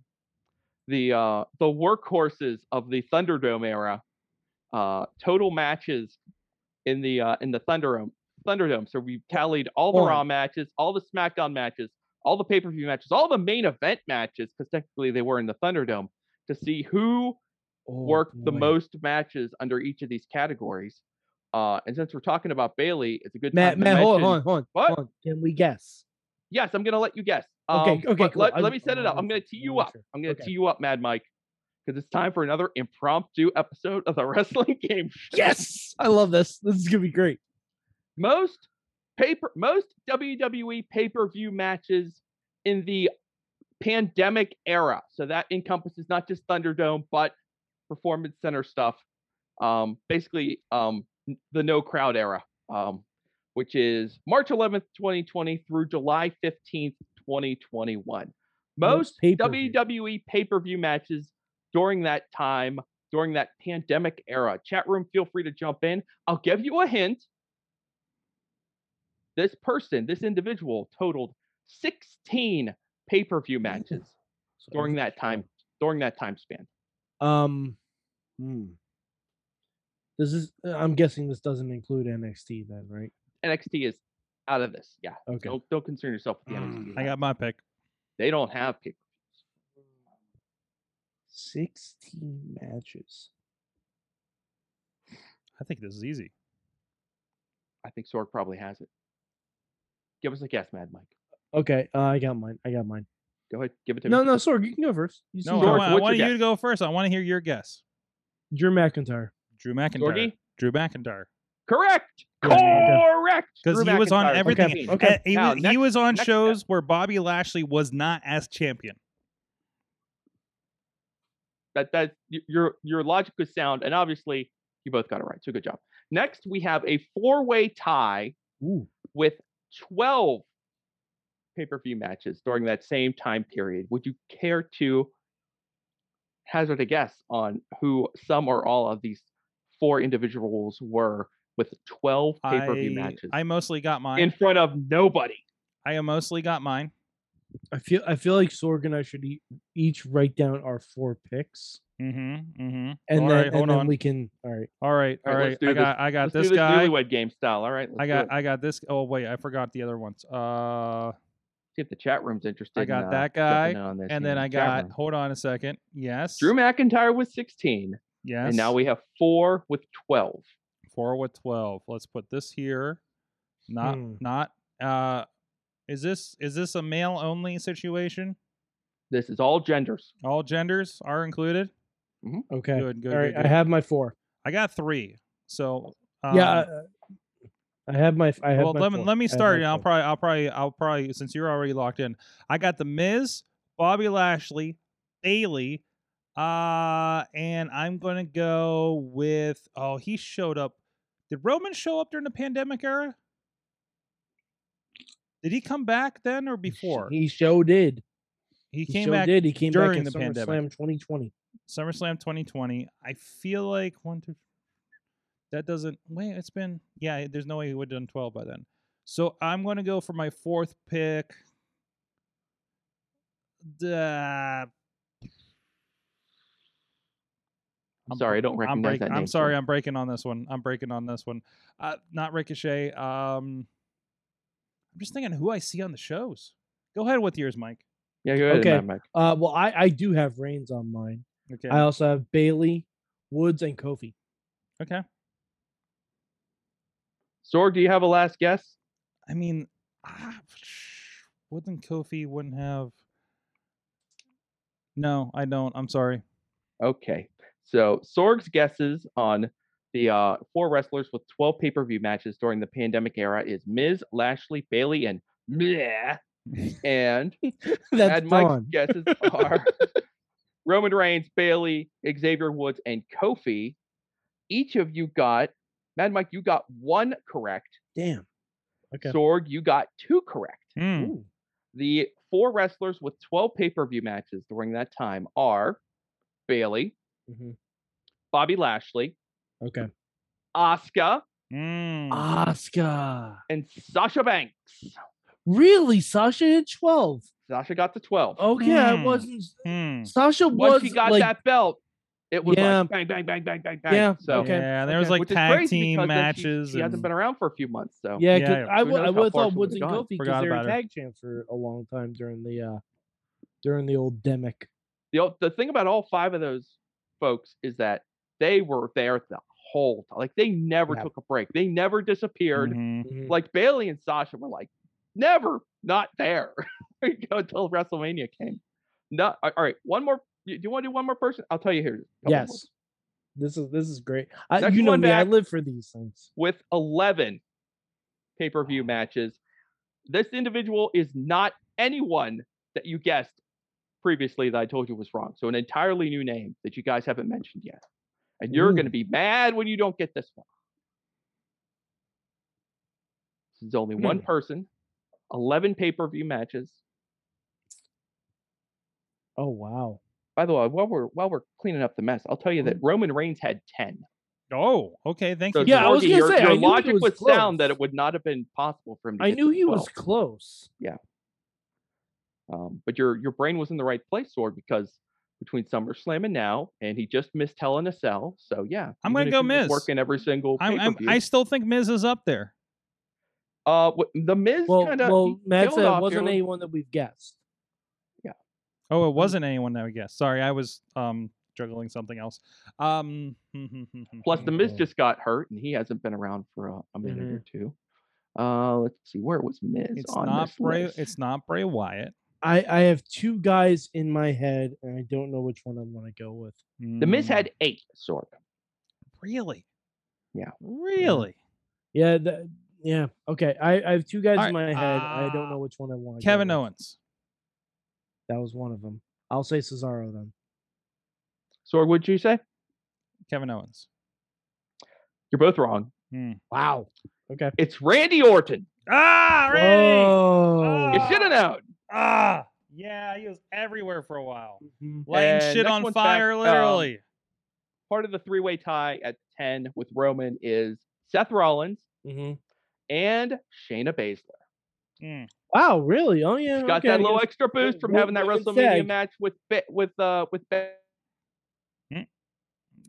the uh, the workhorses of the Thunderdome era, uh, total matches in the uh, in the Thunderdome. Thunderdome. So we've tallied all the
Hold
Raw
on.
matches, all the SmackDown matches, all the pay per view matches, all the main event matches, because technically they were in the Thunderdome, to see who
Oh,
worked the
boy.
most matches under each of these categories. Uh, and since we're talking about Bailey, it's a good
Matt,
time. to
Matt, hold on,
mention-
hold on, hold on.
What?
hold on. Can we guess?
Yes, I'm gonna let you guess.
Okay,
Um,
okay,
but
cool.
Let,
I'm-
let me
I'm
set it up. I'm
wanting
gonna
to-
tee
I'm
you
wanting
up.
to.
I'm gonna
Okay.
tee you up, Mad Mike, because it's time for another impromptu episode of the Wrestling Game Show.
Yes, I love this. This is gonna be great.
most paper most WWE pay-per-view matches in the pandemic era. So that encompasses not just Thunderdome, but performance center stuff. Um, basically um n- the no crowd era. Um, which is March 11th, 2020 through July 15th, 2021. Most
pay-per-view.
E
WWE pay-per-view matches during that time, during that pandemic era. Chat room, feel free to jump in. I'll give you a hint this person, this individual, totaled 16 pay-per-view matches
So
during
every-
that time during that time span.
Um, hmm. Does this? uh, I'm guessing this doesn't include NXT then, right?
NXT is out of this. Yeah.
Okay.
Don't don't concern yourself with the
Mm,
NXT.
I
guys.
got my pick.
they don't have pay-
Sixteen matches.
I think this is easy.
I think Sorg probably has it. Give us a guess, Mad Mike.
Okay, uh, I got mine. I got mine.
Go ahead. Give it to
No,
me.
no, Sorg, you can go first. You
No,
seem
I,
George,
dark.
want, I
what's your
want you to
guess?
go first. I want to hear your guess.
Drew McIntyre.
Drew McIntyre.
Sorgy?
Drew McIntyre.
Correct.
Yeah, yeah,
Correct.
Because
Drew
he was on
McIntyre,
everything.
16.
Okay.
Uh, he,
Now,
was, he
next-
was on
next
shows where Bobby Lashley was not as champion.
That that y- your your logic was sound, and obviously you both got it right. So good job. Next, we have a four-way tie
Ooh.
with 12 pay-per-view matches during that same time period. Would you care to hazard a guess on who some or all of these four individuals were with 12 pay-per-view
I,
matches
I mostly got mine.
in front of nobody?
I mostly got mine.
I feel I feel like Sorg and I should e- each write down our four picks,
Mm-hmm. Mm-hmm.
and
All
then
right,
and
hold
then
on.
we can. All right.
All right. All
All right,
right.
let's do
I
this.
got I got
Let's
this
do this
guy.
newlywed game style. All right,
I
let's do
got
it.
I got this. Oh wait, I forgot the other ones. Uh,
See if the chat room's interested. in,
got
uh,
that
jumping
guy,
in on this
And then
here.
I
Chat
got,
room.
hold on a second. Yes.
Drew McIntyre with 16,
Yes.
and now we have four with 12.
four with 12. Let's put this here. Not,
Hmm.
not, uh, is this, is this a male only situation?
This is all genders.
All genders are included?
Okay.
Good, good,
All right.
good, good.
I have my four.
I got three. So, um,
yeah. uh, I have my. I have
well,
my
let me
four.
let
I
me
have
start.
my
And I'll
four.
probably I'll probably I'll probably since you're already locked in. I got the Miz, Bobby Lashley, Bailey, uh, and I'm gonna go with oh he showed up. Did Roman show up during the pandemic era? Did he come back then or before? He,
He show did.
came
sure
back
Did he came
during
back
the
at
pandemic.
SummerSlam 2020?
SummerSlam 2020. I feel like one, two. That doesn't. Wait, it's been. Yeah, there's no way he would have done 12 by then. So I'm going to go for my fourth pick. The.
I'm sorry, I don't
I'm,
recognize
break,
that name.
I'm
so-
sorry, I'm breaking on this one. I'm breaking on this one. Uh, not Ricochet. Um, I'm just thinking who I see on the shows. Go ahead with yours, Mike.
Yeah, go ahead,
Okay.
Mike.
Uh, well, I I do have Reigns on mine.
Okay.
I also have Bailey, Woods, and Kofi.
okay.
Sorg, do you have a last guess?
I mean, ah, wouldn't Kofi wouldn't have? No, I don't. I'm sorry.
Okay. So Sorg's guesses on the uh, four wrestlers with 12 pay per view matches during the pandemic era is Miz, Lashley, Bailey, and Meh. And
That's
and Mike's
Dawn.
guesses are Roman Reigns, Bailey, Xavier Woods, and Kofi. Each of you got, Mad Mike, you got one correct.
Damn. Okay.
Sorg, you got two correct.
Hmm.
Ooh.
The four wrestlers with 12 pay per view matches during that time are Bailey,
Mhm.
Bobby Lashley,
Okay.
Asuka,
Mm.
Ah,
Oscar.
and Sasha Banks.
Really, Sasha hit twelve.
Sasha got to 12.
Okay, I
Hmm.
wasn't.
Hmm.
Sasha
Once
Oh, was
she got
like,
that belt, it was
Yeah.
like bang, bang, bang, bang, bang, bang.
Yeah,
So,
okay.
Yeah, there was
okay.
like
which is
tag
crazy
team
because then
matches.
She, she hasn't
and-
been around for a few months. So,
Yeah,
Yeah,
'cause
yeah.
I
Who
would. I
knows how
would have
far
thought
she
Woods
would've
and
gone.
Kofi because
Forgot
they were
about her.
tag champs for a long time during the uh during the old demic.
the, o- the thing about all five of those folks is that they were there the whole time. Like, they never
Yeah.
took a break, they never disappeared.
Mhm.
Like, Bailey and Sasha were like, never not there you know, until WrestleMania came. No, all all right. One more. Do you want to do one more person? I'll tell you here. a couple more.
Yes, this is this is great. I,
Next
you know
one
me, I
back.
live for these things.
with 11 pay per view matches. This individual is not anyone that you guessed previously that I told you was wrong. So, an entirely new name that you guys haven't mentioned yet. And you're going to
Ooh.
be mad when you don't get this one. This is only
Hmm.
one person, 11 pay per view matches.
Oh wow,
By the way, while we're while we're cleaning up the mess, I'll tell you
Mm.
that Roman Reigns had ten.
Oh, okay. Thank
So
you.
Yeah, I was
Zorgi,
gonna
your,
say, I
your
knew he
logic
was
was, sound that
close.
it would not have been possible for him. To
I
get
knew
to
he
12.
was close.
Um, but your your brain was in the right place, Sword, because between SummerSlam and now, and he just missed Hell in a Cell. So yeah,
I'm
even
gonna
if
go
he was
Miz.
Working every single
I'm, I'm,
pay-per-view.
I still think Miz is up there.
uh, what- the Miz
Well,
kind of
well, Matt said it wasn't
a
anyone that we've guessed.
Oh, it
Mm-hmm.
wasn't anyone that I guess. Sorry, I was um juggling something else. Um.
plus the Miz
Mhm.
just got hurt and he hasn't been around for a, a minute or two. Uh, let's see where was Miz
Mm-hmm. It's
on
not
this
Bray.
list?
It's not Bray Wyatt.
I I have two guys in my head, and I don't know which one I want to go with.
The Miz
Mm.
had eight, Sword.
Really?
Yeah.
Really?
Yeah, that, yeah. Okay, I I have two guys
Alright,
in my head. I don't
uh,
know which one I want.
Kevin
go with.
Owens.
That was one of them. I'll say Cesaro then.
Sword, what'd you say?
Kevin Owens.
You're both wrong.
Hmm.
Wow. Okay.
It's Randy Orton.
Ah, Randy!
Whoa.
You
Ah.
should have known.
Ah, yeah, he was everywhere for a while,
Mhm.
lighting
And
shit
next
on
one's
fire,
back, um,
literally.
Part of the three-way tie at ten with Roman is Seth Rollins,
Mhm.
and Shayna Baszler.
Mm.
Wow, really? Oh yeah.
She got
okay, I
that little
guess-
extra boost from
wo-
having that
women's
WrestleMania
tag.
match with Be- with uh with Be-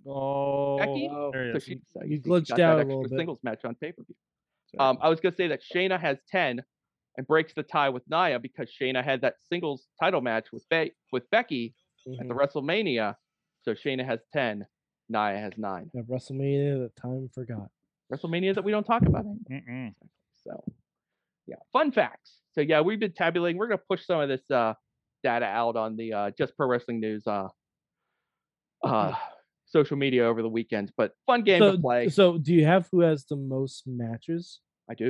Oh,
Becky.
wow.
there
so
it is.
she, so
you
she
glitched
got that
out a
extra
little bit.
singles match on pay per view.
Sorry.
Um, I was gonna say that Shayna has ten. and breaks the tie with Nia because Shayna had that singles title match with Be- with Becky
Mm-hmm.
at the
Mm.
WrestleMania. So Shayna has ten, Nia has nine.
At WrestleMania that time forgot.
WrestleMania that we don't talk about anymore.
Mm-mm.
So, yeah, fun facts. So yeah, we've been tabulating. We're gonna push some of this uh, data out on the uh, Just Pro Wrestling News uh, uh, social media over the weekends. But fun game
Mm-hmm. So,
to play.
so do you have who has the most matches?
I do.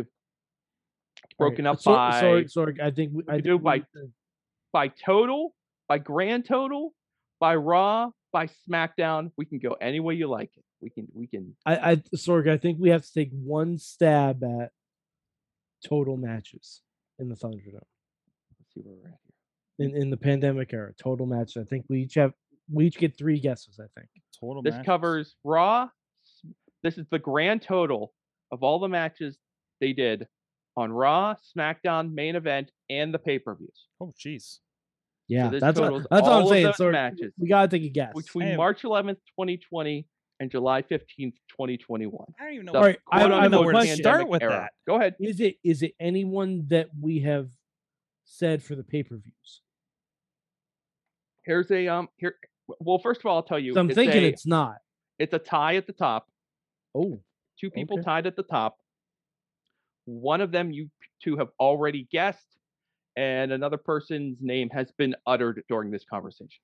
All right,
Broken up
so-
by
Sorry, sorry. I think we, I think
could do
we
by-
need to-
by total, by grand total, by Raw, by SmackDown. We can go any way you like it. We can we can
I, I Sorg, I think we have to take one stab at total matches in the Thunderdome
let's see where we're at here.
in, in the pandemic era. Total matches. I think we each have we each get three guesses. I think.
Total
This
matches.
covers Raw. s- This is the grand total of all the matches they did on Raw, SmackDown, main event, and the pay per views.
Oh, jeez.
Yeah,
this
that's what,
totals
that's what
all
I'm
of
saying.
those
Sorg.
matches.
we gotta take a guess.
Between
Hey.
March 11th, 2020 and July 15th, 2021.
I don't even know.
The
All right, I-
I don't
I
even
have
know
a
where to
question.
start with
era.
that.
Go ahead.
Is it is it anyone that we have said for the pay per views?
Here's a um here well first of all I'll tell you
So I'm
it's
thinking
a-
it's not.
it's a tie at the top.
Oh,
two people
Okay.
tied at the top. One of them you p- two have already guessed, and another person's name has been uttered during this conversation.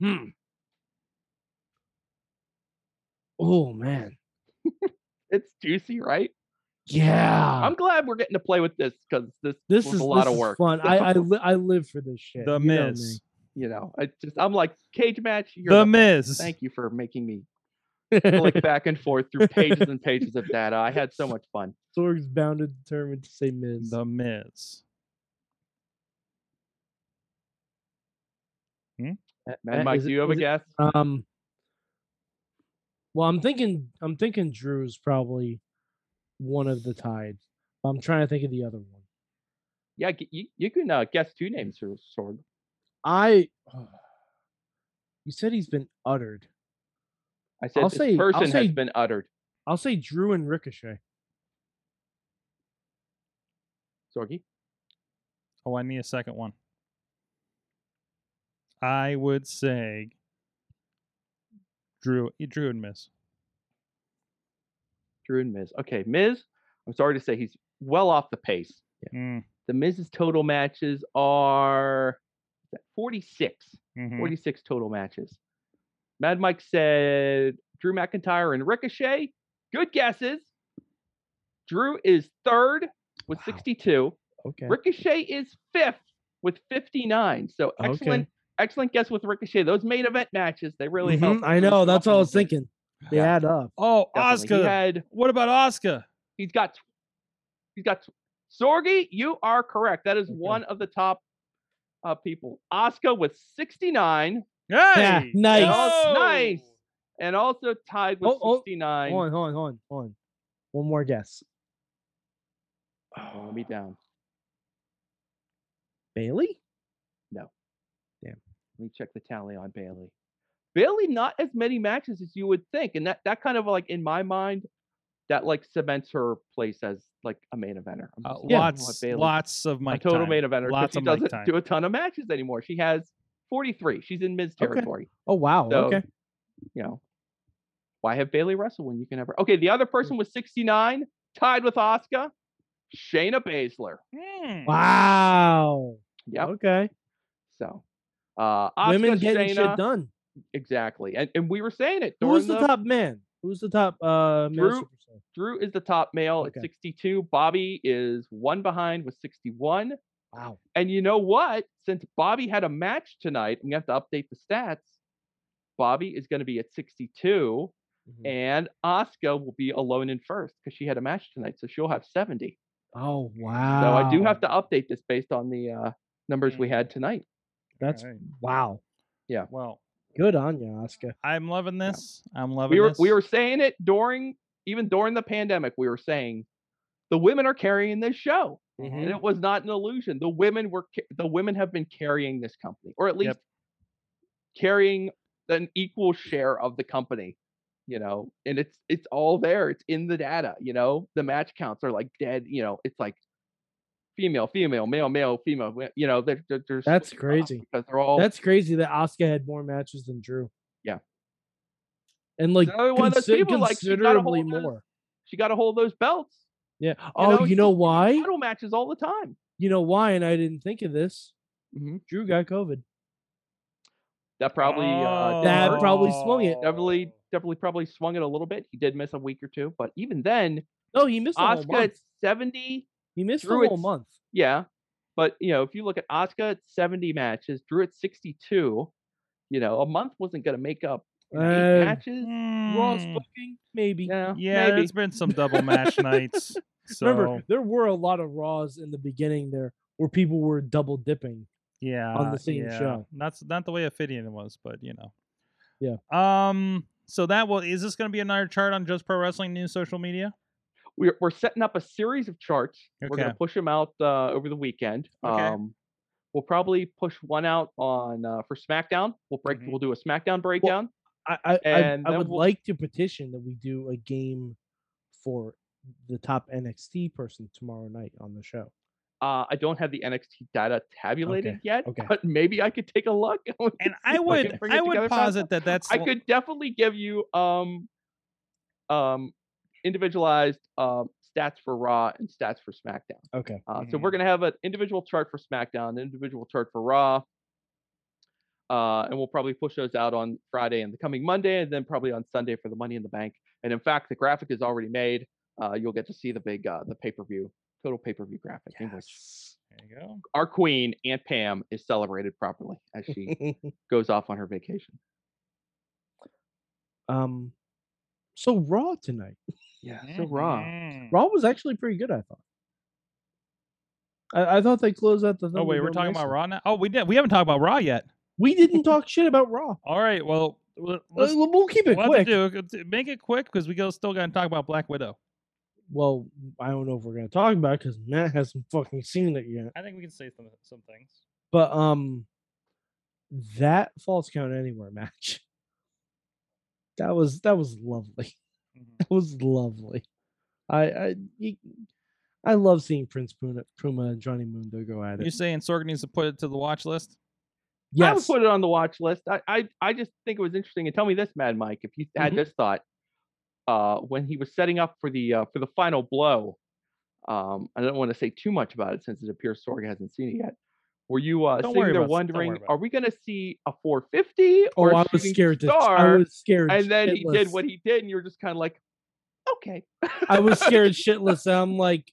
hmm. Oh man,
It's juicy, right?
yeah.
I'm glad we're getting to play with this because this
Ah. this
was
is
a lot
this
of
is
work.
fun. I I, li- I live for this shit.
The
You know
Miz.
you know, I just I'm like cage match. You're
The
the-
Miz.
Thank you for making me
me.
click back and forth through pages and pages of data. I had so much fun.
Sorg's bound and determined to say Miz.
The Miz.
That-
And
that- Eh,
Mike,
is
do
it-
you have a
is it-
guess?
Um. Well, I'm thinking I'm thinking Drew's probably one of the tied. I'm trying to think of the other one.
Yeah, g- you, you can uh, guess two names for sword.
I. You said he's been uttered.
I said
I'll
this
say- I'll
person
say-
has been uttered.
I'll say Drew and Ricochet.
Sorgi,
Oh, I need a second one. I would say Drew, Drew and Miz.
Drew and Miz. Okay, Miz. I'm sorry to say he's well off the pace.
Mm,
The Miz's total matches are is that 46.
Mm.
mhm.
46 total matches. Mad Mike said Drew McIntyre and Ricochet. Good guesses. Drew is third with
Wow.
62.
Okay.
Ricochet is fifth with 59. So excellent, excellent guess with Ricochet. Those main event matches, they really
Mhm,
helped.
I
boost
know.
him
That's
up a
all I was
little bit.
thinking. They
Yeah,
add up.
Oh,
definitely. He
Oscar.
had
What about Oscar?
He's got, tw- he's got. tw- Sorgi, you are correct. That is
Okay.
one of the top uh, people. Oscar with 69,
Hey!
Yeah, nice.
Oh, nice. and also tied with
Oh, oh,
69.
Hold on, hold on, hold on, hold on. One more guess.
Oh, let me down.
Bailey?
Let me check the tally on Bailey. Bailey, not as many matches as you would think, and that that kind of like in my mind, that like cements her place as like a main eventer. I'm
Uh,
just wondering what
lots,
Bayley-
lots of
a
Mike
total
time.
main eventer. 'cause
Lots
she
of Mike
doesn't
time.
do a ton of matches anymore. She has 43. She's in Miz
Okay.
territory.
Oh wow.
So,
okay.
you know, why have Bailey wrestle when you can ever? Okay, the other
Mm.
person was 69, tied with Oscar, Shayna Baszler.
Mm.
Wow.
Yep.
Okay.
So, uh, Asuka,
Women getting
Shayna-
shit done.
exactly, and and we were saying it.
Who's
During
the,
the,
top man? Who's the top uh male
Drew-
superstar?
Drew is the top male
Okay.
at 62. Bobby is one behind with 61.
Wow.
And you know what? Since Bobby had a match tonight, we have to update the stats. Bobby is going to be at 62,
Mhm.
and Asuka will be alone in first because she had a match tonight, so she'll have 70.
Oh wow.
So I do have to update this based on the uh, numbers we
Mm.
had tonight.
That's
Alright.
wow.
Well,
Good on you, Oscar.
I'm loving this. I'm loving
We were
this.
we were saying it during even during the pandemic. We were saying the women are carrying this show,
Mm-hmm.
and it was not an illusion. The women were ca- the women have been carrying this company, or at least carrying an equal share of the company. You know, and it's it's all there. It's in the data. You know, the match counts are like dead. You know, it's like female, female, male, male, female. we- You know, they're, they're, they're
That's
splitting them up
crazy.
because they're all
That's crazy that Oscar had more matches than Drew.
Oh Yeah.
And like
Another one of those
consi-
people, like, she gotta hold
considerably
those-
more.
she got to hold those belts.
Yeah. Oh,
know,
you know
she-
why?
Title matches all the time.
You know why? And I didn't think of this.
Mhm.
Drew got COVID.
That probably
Oh.
uh,
Oh. That
hurt.
probably swung it.
definitely definitely probably swung it a little bit. He did miss a week or two, but even then,
No, he missed a whole
Oscar
month.
at seventy,
He missed a
Drew,
whole
it's-
month.
yeah. But you know, if you look at Oscar at seventy matches, Drew at sixty-two, you know, a month wasn't going to make up you know, eight
Uh,
matches.
Raw's
Hmm.
booking, maybe.
Yeah,
Yeah,
maybe.
there's been some double match nights. So
Remember, there were a lot of Raws in the beginning there where people were double dipping.
yeah,
same
yeah.
show.
That's not the way Ophidian was, but you know.
Yeah.
Um. So that will is this going to be another chart on Just Pro Wrestling News social media?
we're, we're setting up a series of charts. We're going
Okay.
to push them out uh, over the weekend.
Okay.
Um, we'll probably push one out on uh, for SmackDown. We'll break.
Mhm.
We'll do a SmackDown breakdown.
I I, I,
And
I
then
would
we'll-
like to petition that we do a game for the top NXT person tomorrow night on the show.
uh, I don't have the NXT data tabulated
Okay,
yet,
okay.
but maybe I could take a look. We
And
could see
I
if can
would
bring it
I would
together faster.
posit that that's
I
l-
could definitely give you um um individualized um stats for Raw and stats for SmackDown.
Okay.
Uh, So we're going to have an individual chart for SmackDown, an individual chart for Raw, uh, and we'll probably push those out on Friday and the coming Monday, and then probably on Sunday for the Money in the Bank. And in fact, the graphic is already made. Uh, you'll get to see the big uh, the pay per view total pay per view graphic in which
There you go.
our queen Aunt Pam is celebrated properly as she goes off on her vacation.
um so Raw tonight.
Yeah, so Raw.
Mhm.
Raw was actually pretty good, I thought. I, I thought they closed out the
Oh wait, we're
Thunderdome
talking about
nicely.
Raw now. Oh, we did. We haven't talked about Raw yet.
We didn't talk shit about Raw.
All right. Well, l-
Uh,
let's
we'll we'll keep it
we'll
quick.
have to do it- make it quick because we go still got to talk about Black Widow.
Well, I don't know if we're gonna talk about it because Matt hasn't fucking seen it yet.
I think we can say some some things.
But um that false count anywhere match. That was that was lovely.
Mm-hmm.
That was lovely. I I y- I love seeing Prince Puma, Puma and Johnny Mundo go at
You're
it.
saying Sorg needs to put it to the watch list?
I would
Yes.
put it on the watch list. I, I I just think it was interesting. And tell me this, Mad Mike, if you had
Mhm.
this thought, uh, when he was setting up for the uh, for the final blow, um, I don't want to say too much about it since it appears Sorg hasn't seen it yet. Were you uh,
Don't
sitting
worry
there
about it. Don't worry
wondering,
about it.
are we going to see a 450
Oh,
or a
I was
shooting
scared. To, I
star?
was scared.
and then he did what
shitless.
he did, and you were just kind of like, okay.
I was scared shitless. and I'm like,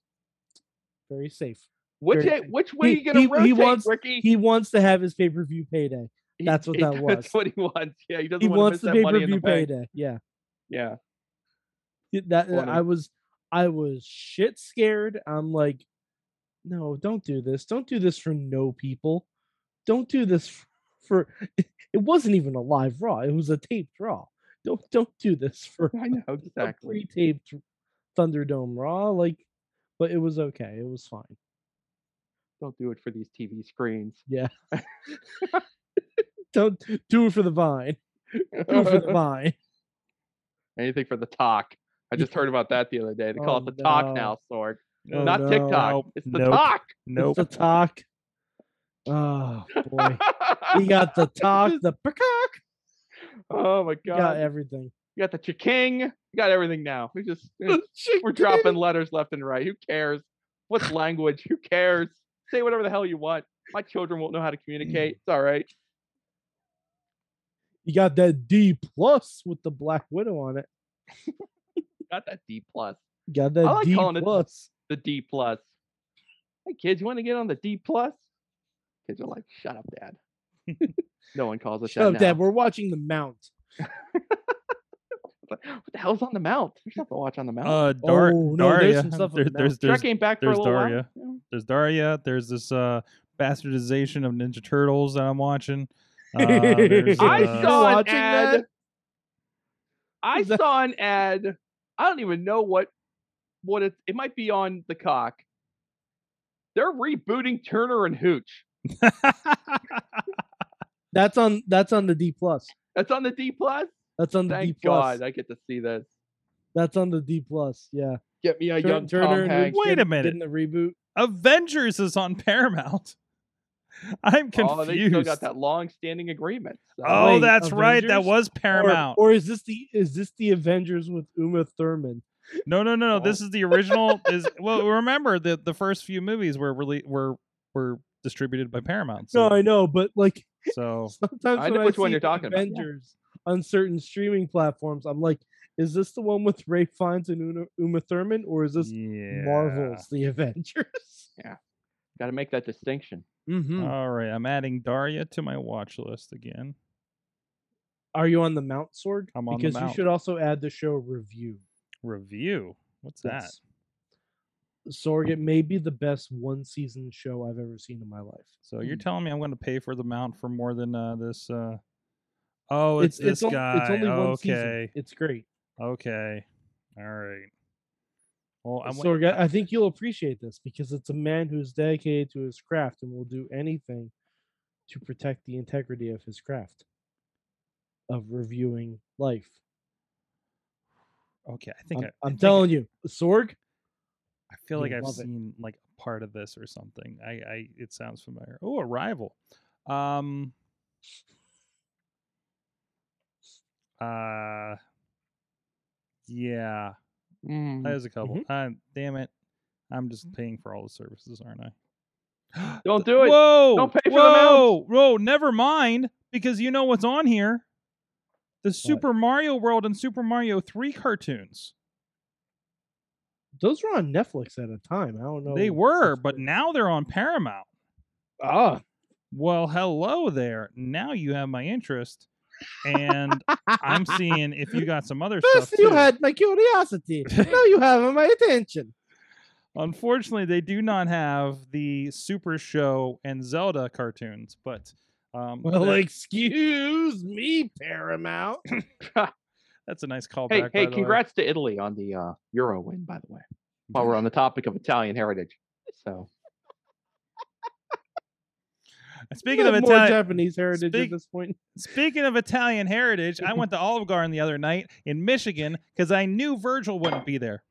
very safe.
Which
very
way- which way
He-
you going
he-
to
he
rotate,
wants-
Ricky?
He wants to have his pay per view payday.
He-
That's what
he-
that was.
That's what he wants. Yeah, he doesn't
He
want to
wants
miss
the
that
pay per
money in the
view
bank.
payday. Yeah.
Yeah,
Yeah, that uh,
Funny.
I was I was shit scared. I'm like, no, don't do this. Don't do this for no people. Don't do this f- for it wasn't even a live raw. It was a taped raw. Don't don't do this for
I know
a
exactly.
pre-taped Thunderdome raw like but it was okay. It was fine.
Don't do it for these TV screens.
Yeah. don't do it for the vine. Do it for the vine.
Anything for the talk. I just heard about that the other day. They call
Oh,
it the talk
no.
now, Sorg.
Oh,
Not
no.
TikTok.
Nope.
It's the
Nope.
talk.
Nope.
It's the talk. Oh boy. we got the talk, the peacock.
oh my god.
We got e everything.
you got the chiking. You got everything now. We just we're dropping letters left and right. Who cares? What's language? Who cares? Say whatever the hell you want. My children won't know how to communicate. It's all right.
You got that D plus with the Black Widow on it.
Got that D plus.
You got that
like
D
calling it-
plus.
The D plus. Hey kids, you want to get on the D plus? Kids are like, shut up, dad. no one calls us
Shut up,
that now.
Dad. We're watching the Mount.
But what the hell's on the mount? There's nothing to watch on the mount.
Uh, Dar-
Oh, no, there's
Daria.
some stuff on
There-
the
there's
Trek
there's
came back for a
there's
little
Daria.
while.
there's Daria. There's this uh bastardization of Ninja Turtles that I'm watching. Uh, there's,
Yeah. I
uh,
Still
saw an
watching that? uh,
ad. I
Is that-
saw an ad. I don't even know what what it it might be on the cock. They're rebooting Turner and Hooch.
That's on that's on the D plus.
That's on the D plus.
That's on the D
Thank
plus.
God I get to see this.
That's on the D plus. Yeah.
Get me a
Tur-
young Tom Hanks.
Wait a minute.
Didn't the reboot?
Avengers is on Paramount. I'm confused.
Oh, they still got that long-standing agreement. so-
Oh,
Wait,
that's right. That
Avengers?
was
Or-
Paramount.
Or, is this the is this the Avengers with Uma Thurman?
no, no, no, no.
Oh.
This is the original. Is well, remember that the first few movies were really were were distributed by Paramount. So,
No, I know, but like
so
sometimes
I know
when
which
I
one
see
you're talking about, yeah.
Avengers on certain streaming platforms, I'm like, is this the one with Ray Fiennes and Una, Uma Thurman, or is this
yeah.
Marvel's The Avengers?
Got to make that distinction.
Mm-hmm.
All right, I'm adding Daria to my watch list again.
Are you on the Mount Sword?
I'm on the
because
Mount.
you should also add the show review.
Review. What's that?
Yes. Sorg, it may be the best one season show I've ever seen in my life.
So you're
Hmm.
telling me I'm going to pay for the mount for more than uh, this? Uh... Oh, it's, this
on-
guy.
It's only one season.
okay,
It's great.
okay, all right. Well, I'm.
Sorg, I I think you'll appreciate this because it's a man who's dedicated to his craft and will do anything to protect the integrity of his craft of reviewing life.
Okay, I
I'm,
think I,
I'm
I think I-
telling you, Sorg.
I feel like
You'll
I've
love it.
seen like a part of this or something. I, I it sounds familiar. Oh, Arrival. Um. Uh. Yeah,
Hmm. Mm,
that is a couple.
mm-hmm.
Uh, damn it, I'm just paying for all the services, aren't I?
Don't Mm. do it.
Whoa!
Don't pay for the
whoa, Whoa! Never mind, because you know what's on here: the Super Mario World and Super Mario Three cartoons.
Those were on Netflix at a time. I don't know.
Oh,
they were,
what's
but
going-
now they're on Paramount.
ah,
Well, hello there. Now you have my interest, and I'm seeing if you got some other
First,
stuff.
you
too.
had my curiosity. now you have my attention.
Unfortunately, they do not have the Super Show and Zelda cartoons, but um,
Well,
that-
excuse me, Paramount.
that's a nice callback.
Hey,
by
hey!
the way.
Congrats to Italy on the uh, Euro win, by the way. While we're on the topic of Italian heritage, so
Speaking of
Have more
Italian,
Japanese heritage
speak-
at this point.
speaking of Italian heritage, I went to Olive Garden the other night in Michigan because I knew Virgil wouldn't be there.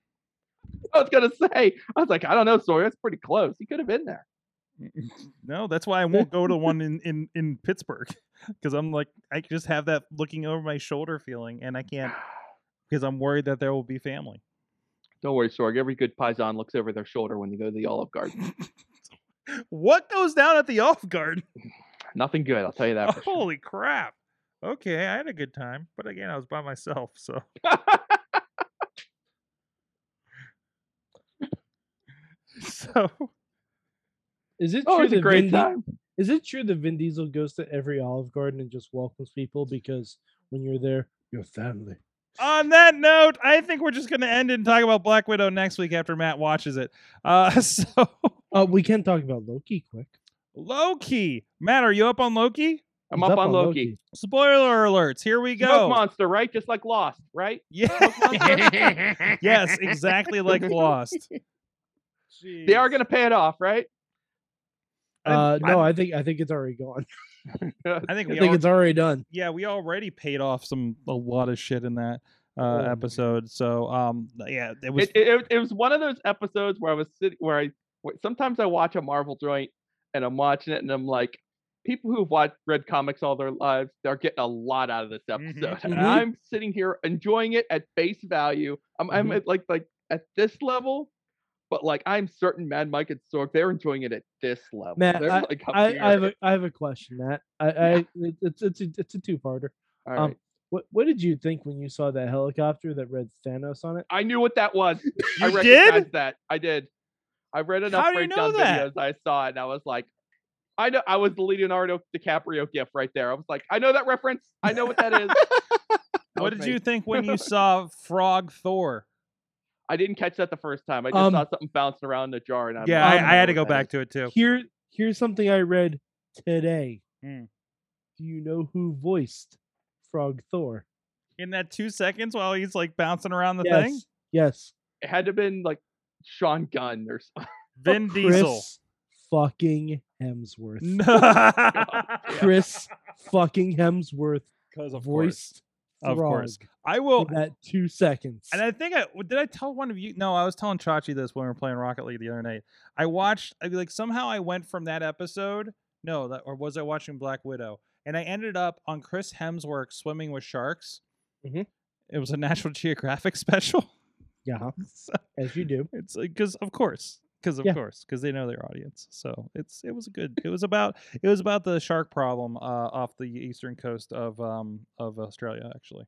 I was gonna say, I was like, I don't know, sorry, that's pretty close. He could have been there.
No, that's why I won't go to one in in in Pittsburgh because I'm like I just have that looking over my shoulder feeling, and I can't because I'm worried that there will be family.
Don't worry, Sorg. Every good paisan looks over their shoulder when they go to the Olive Garden.
What goes down at the off guard?
Nothing good, I'll tell you that. For sure.
Holy crap! Okay, I had a good time, but again, I was by myself, so so
Is it
oh,
true
it's a
that
great
Vin Di-
time.
Is it true that Vin Diesel goes to every Olive Garden and just welcomes people because when you're there, your family?
on that note, I think we're just going to end it and talk about Black Widow next week after Matt watches it. Uh, so
Uh, we can talk about Loki quick.
Loki, Matt, are you up on Loki?
I'm
He's
up, on Loki.
Spoiler alerts! Here we
Smoke
go.
monster, right? Just like Lost, right?
Yeah.
Smoke monster?
yes, exactly like Lost.
they are gonna pay it off, right?
Uh,
I'm-
no, I think I think it's already gone.
I think
I
we
think
all,
it's already done.
yeah, we already paid off some a lot of shit in that uh,
Oh, man.
episode. So um, yeah, it was
It, it, it, was one of those episodes where I was sitting where I wh- sometimes I watch a Marvel joint and I'm watching it and I'm like, people who've watched read comics all their lives, they're getting a lot out of this
Mhm.
episode. And
Mhm.
I'm sitting here enjoying it at face value. I'm I'm
Mhm.
at like like at this level, but like I'm certain Mad Mike and Sork, they're enjoying it at this level.
Matt,
They're,
I-
like, up
I,
here.
I have a I have a question, Matt. I, I it- it's it's a, it's a two parter.
All
um,
right.
What what did you think when you saw that helicopter that read Thanos on it?
I knew what that was. I
You did?
recognized that. I did. I read enough
How do you know
breakdown
that?
videos. I saw it and I was like, I know I was the Leonardo DiCaprio gif right there. I was like, I know that reference. I know what that is. That
What
was
did
me.
you think when you saw Frog Thor?
I didn't catch that the first time. I just
Um,
saw something bouncing around in a jar and I'm
Yeah,
like,
I,
don't
I had
know
to go
what that
back
is.
to it too.
Here here's something I read today.
Mm.
Do you know who voiced Frog Thor?
In that two seconds while he's like bouncing around the
yes.
thing,
Yes.
It had to have been like Sean Gunn or something.
Vin Diesel.
Oh, Chris fucking Hemsworth.
No.
Chris fucking Hemsworth
Because of course.
voiced
Of
Throg
course. I
for
will.
that two seconds.
And I think I w- did. I tell one of you. No, I was telling Chachi this when we were playing Rocket League the other night. I watched. I like somehow I went from that episode. No, that or was I watching Black Widow? And I ended up on Chris Hemsworth swimming with sharks.
Mhm.
It was a National Geographic special.
yeah,
So
as you do.
it's like because of course, because of
Yeah.
course, because they know their audience. So it's it was a good. It was about it was about the shark problem uh, off the eastern coast of um of Australia actually.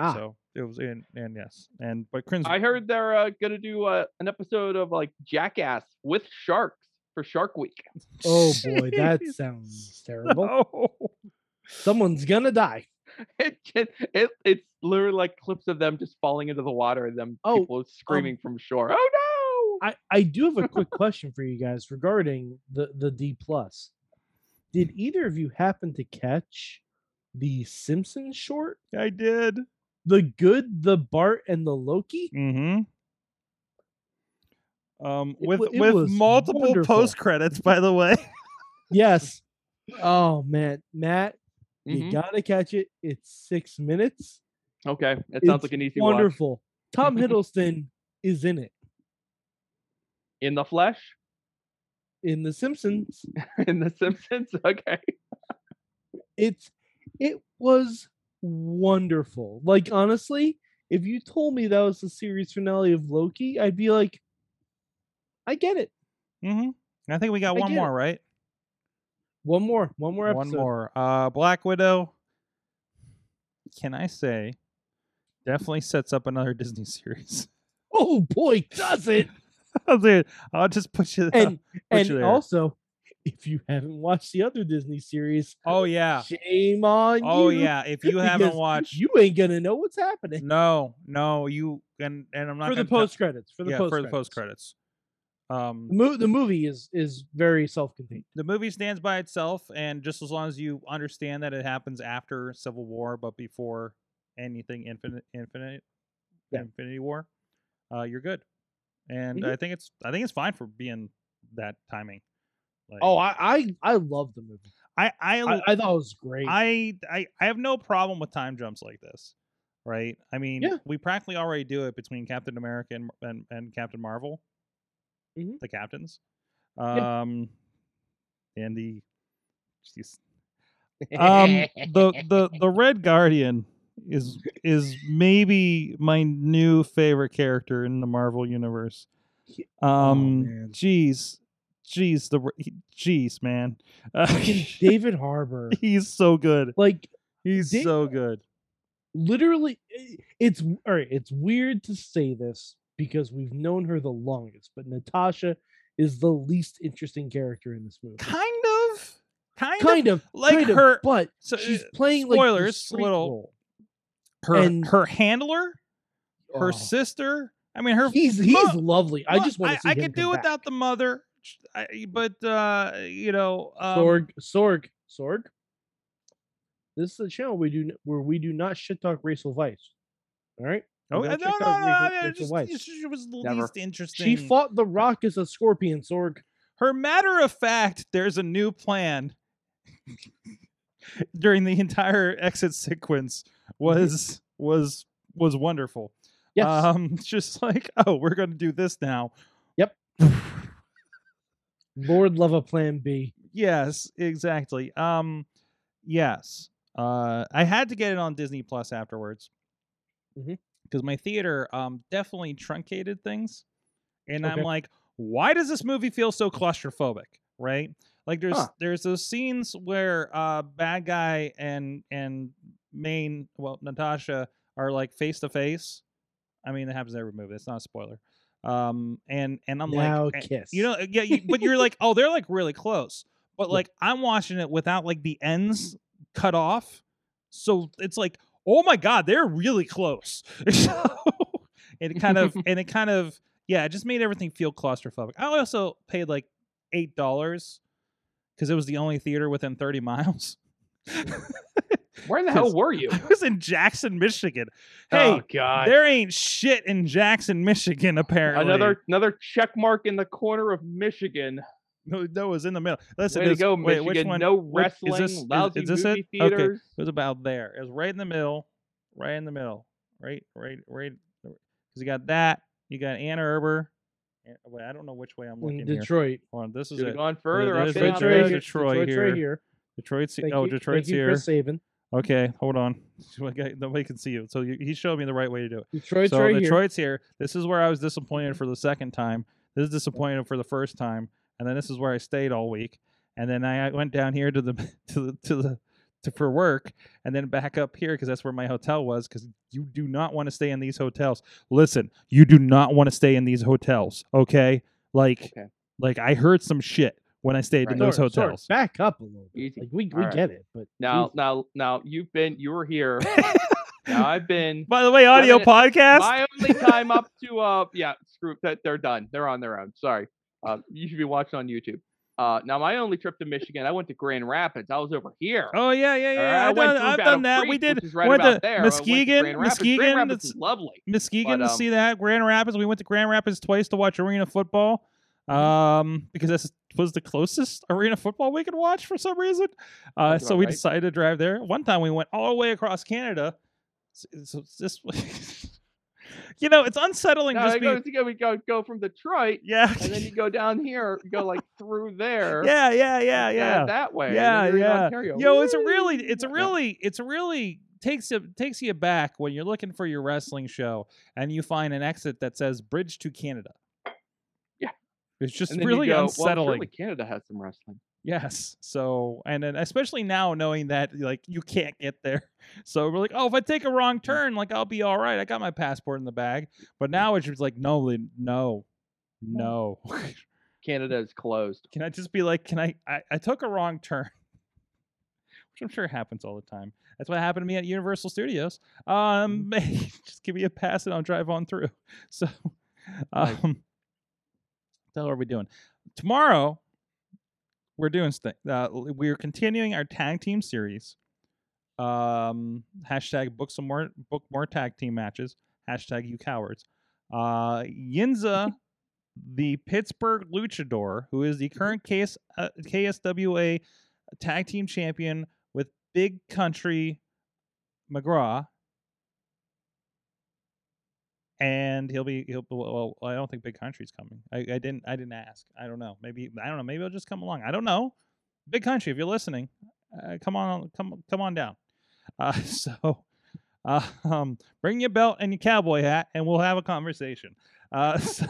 Ah,
So it was in and yes and but Chris
I heard they're uh, gonna do uh, an episode of like Jackass with sharks for Shark Week.
oh boy, that
Jeez.
sounds
Oh,
terrible.
No.
Someone's gonna die.
It, just, it it's literally like clips of them just falling into the water and them
Oh,
um
people screaming from shore. Oh no!
I, I do have a quick question for you guys regarding the the D plus. Did either of you happen to catch the Simpsons short,
I did.
the good, the Bart, and the Loki?
Mm-hmm. Um,
It
with
wa- it
with
was
multiple
wonderful.
post credits, by the way.
Yes. Oh man, Matt, you
Mhm.
gotta catch it. It's six minutes.
Okay, that sounds
It's
like an easy one.
Wonderful. Tom Hiddleston is in it
In the flesh,
in The Simpsons.
in the Simpsons. Okay,
It's it was wonderful. Like honestly, if you told me that was the series finale of Loki, I'd be like, I get it.
Mm-hmm. I think we got
I
one
get
more,
it.
right?
One more, one more episode.
One more. Uh, Black Widow. Can I say? Definitely sets up another Disney series.
Oh boy, does it!
Dude, I'll just put you. there.
And and
there.
also, if you haven't watched the other Disney series,
oh yeah.
shame on you.
Oh yeah. If you haven't
because
watched,
You ain't gonna know what's happening
no, no, you and and I'm not
for the
gonna tell-
post credits. For the
yeah,
post
for the post credits. Um,
The, mo- the movie is is very self contained.
the movie stands by itself and just as long as you understand that it happens after civil war but before anything infinite infinite
Yeah.
infinity war uh you're good and
Mhm.
i think it's i think it's fine for being that timing like,
Oh, I I, I love the movie.
I I,
I, I thought it was great.
I I I have no problem with time jumps like this, right? I mean,
Yeah.
we practically already do it between Captain America and and, and Captain Marvel,
Mhm.
the captains,
Yeah.
um, and the, jeez. um, the the the Red Guardian is is maybe my new favorite character in the Marvel universe.
He-
Um,
man.
jeez, jeez, the re- jeez, man, Uh,
Fucking David Harbor,
he's so good.
like
He's
Dave-
so good.
literally, i- it's w- all right. It's weird to say this because we've known her the longest, but Natasha is the least interesting character in this movie.
Kind of. Kind,
Kind of,
like
kind of,
her-
but
So,
she's
uh,
playing like the
spoilers,
street
little-
role.
Her
and-
her handler, her
Oh.
sister. I mean, her.
he's he's
mo-
lovely. I
look,
just want to see
I
him
could do
come
without the mother, sh- I, but uh, you know,
back.
um,
Sorg, Sorg, Sorg. This is a channel we do n- where we do not shit talk racial vice. All right. We
Oh,
don't
uh,
shit
no, no,
talk
no!
racial-
I- I
racial
just-
vice.
just- she was the
Never.
least interesting.
She fought the Rock as a scorpion. Sorg.
Her matter of fact, there's a new plan. during the entire exit sequence was was was wonderful.
Mm-hmm. Yes.
Um, just like oh, we're gonna do this now.
Yep. Lord love a plan B.
Yes, exactly. Um, yes. Uh, I had to get it on Disney Plus afterwards because
Mhm.
my theater um definitely truncated things, and I'm
Okay.
like, why does this movie feel so claustrophobic? Right? Like there's
Huh.
there's those scenes where uh bad guy and and main well Natasha are like face to face. I mean that happens in every movie. It's not a spoiler. Um, and and I'm
now
like, eh,
kiss.
you know, yeah, you, but you're like, oh, they're like really close. But
Yeah.
like, I'm watching it without like the ends cut off, so it's like, oh my god, they're really close. So, and it kind of, and it kind of, yeah, it just made everything feel claustrophobic. I also paid like eight dollars because it was the only theater within 30 miles.
where the hell
Because-
were you?
I was in Jackson, Michigan. Hey,
oh God!
there ain't shit in Jackson, Michigan. Apparently,
Another another check mark in the corner of Michigan.
No, that was in the middle. Listen,
Way to
it's-
go,
wait,
Michigan!
which one?
no
which- is
wrestling,
this- is-
lousy
is this it?
movie
Okay.
theaters.
It was about there. It was right in the middle, right in the middle, right, right, right. Because you got that. You got Ann Arbor. and- Wait, I don't know which way I'm
in
looking here.
Detroit.
Hold on, this is
Should have
it.
gone further.
it
up
is
and
right
down
there.
the road.
Detroit
Detroit's
here.
right here.
Detroit's
Thank
oh,
you-
Detroit's
thank you,
here.
Chris Saban.
Okay, hold on. I got- Nobody can see you. So you, he showed me the right way to do it.
Detroit's
so
right here.
Detroit's here. This is where I was disappointed for the second time. This is disappointed for the first time, and then this is where I stayed all week. And then I went down here to the to the to the to, for work, and then back up here because that's where my hotel was. Because you do not want to stay in these hotels. Listen, you do not want to stay in these hotels. Okay, like
Okay.
like I heard some shit when I stayed in
Right.
those
Sorry, sorry,
hotels.
Back up a little bit.
Easy.
Like we, we
All right.
get it, but
Now,
Jesus.
now, now, you've been, you were here. now I've been.
By the way, audio
minute.
podcast.
My only time up to uh yeah, screw that they're done. They're on their own. Sorry. Uh, you should be watching on YouTube. Uh, now my only trip to Michigan, I went to Grand Rapids. I was over here.
Oh yeah, yeah, yeah.
All right,
yeah.
I
I've
went
done,
through
I've
Battle
done that.
Creek,
we
which
did.
is right
went
about
to
there. I went to
Muskegon,
Grand Rapids.
Muskegon.
Grand Rapids
that's-
is lovely.
Muskegon
But,
to
um,
see that. Grand Rapids. We went to Grand Rapids twice to watch arena football.
Mm-hmm.
Um, because that's was the closest arena football we could watch for some reason. Uh,
Sounds
so
about
we
right.
decided to drive there. One time we went all the way across Canada. So, so it's just, you know, it's unsettling.
No,
just
I go,
being,
to go, we go go from Detroit,
yeah,
and then you go down here, you go like through there.
yeah, yeah, yeah,
down
yeah.
That way. and
Yeah,
then you're in
yeah.
Ontario.
Yo, it's a
Whee!
really, it's a
Yeah.
really, it's a really takes you takes you back when you're looking for your wrestling show and you find an exit that says Bridge to Canada.
Yeah.
it's just
And then you
really
go, well,
unsettling.
surely Canada has some wrestling.
Yes. So, and then especially now knowing that like you can't get there. So we're like, oh, if I take a
Mm.
wrong turn, like I'll be all right. I got my passport in the bag. But now it's just like, no, Lynn, no,
Mm.
no.
Canada is closed.
Can I just be like, can I? I, I took a wrong turn, which I'm sure happens all the time. That's what happened to me at Universal Studios. Um, just give me a pass and I'll drive on through. So, um,
Right.
what the hell are we doing? Tomorrow, we're doing st- uh, l- we're continuing our tag team series. Um, hashtag book some more book more tag team matches. Hashtag you cowards. Uh, Yinza, the Pittsburgh Luchador, who is the current KS, uh, KSWA tag team champion with Big Country McGraw, and he'll be he'll well. I don't think Big Country's coming. I, I didn't I didn't ask. I don't know. Maybe I don't know. Maybe I'll just come along. I don't know. Big Country, if you're listening, uh, come on come come on down. Uh, so. Uh, um, bring your belt and your cowboy hat, and we'll have a conversation. Uh, so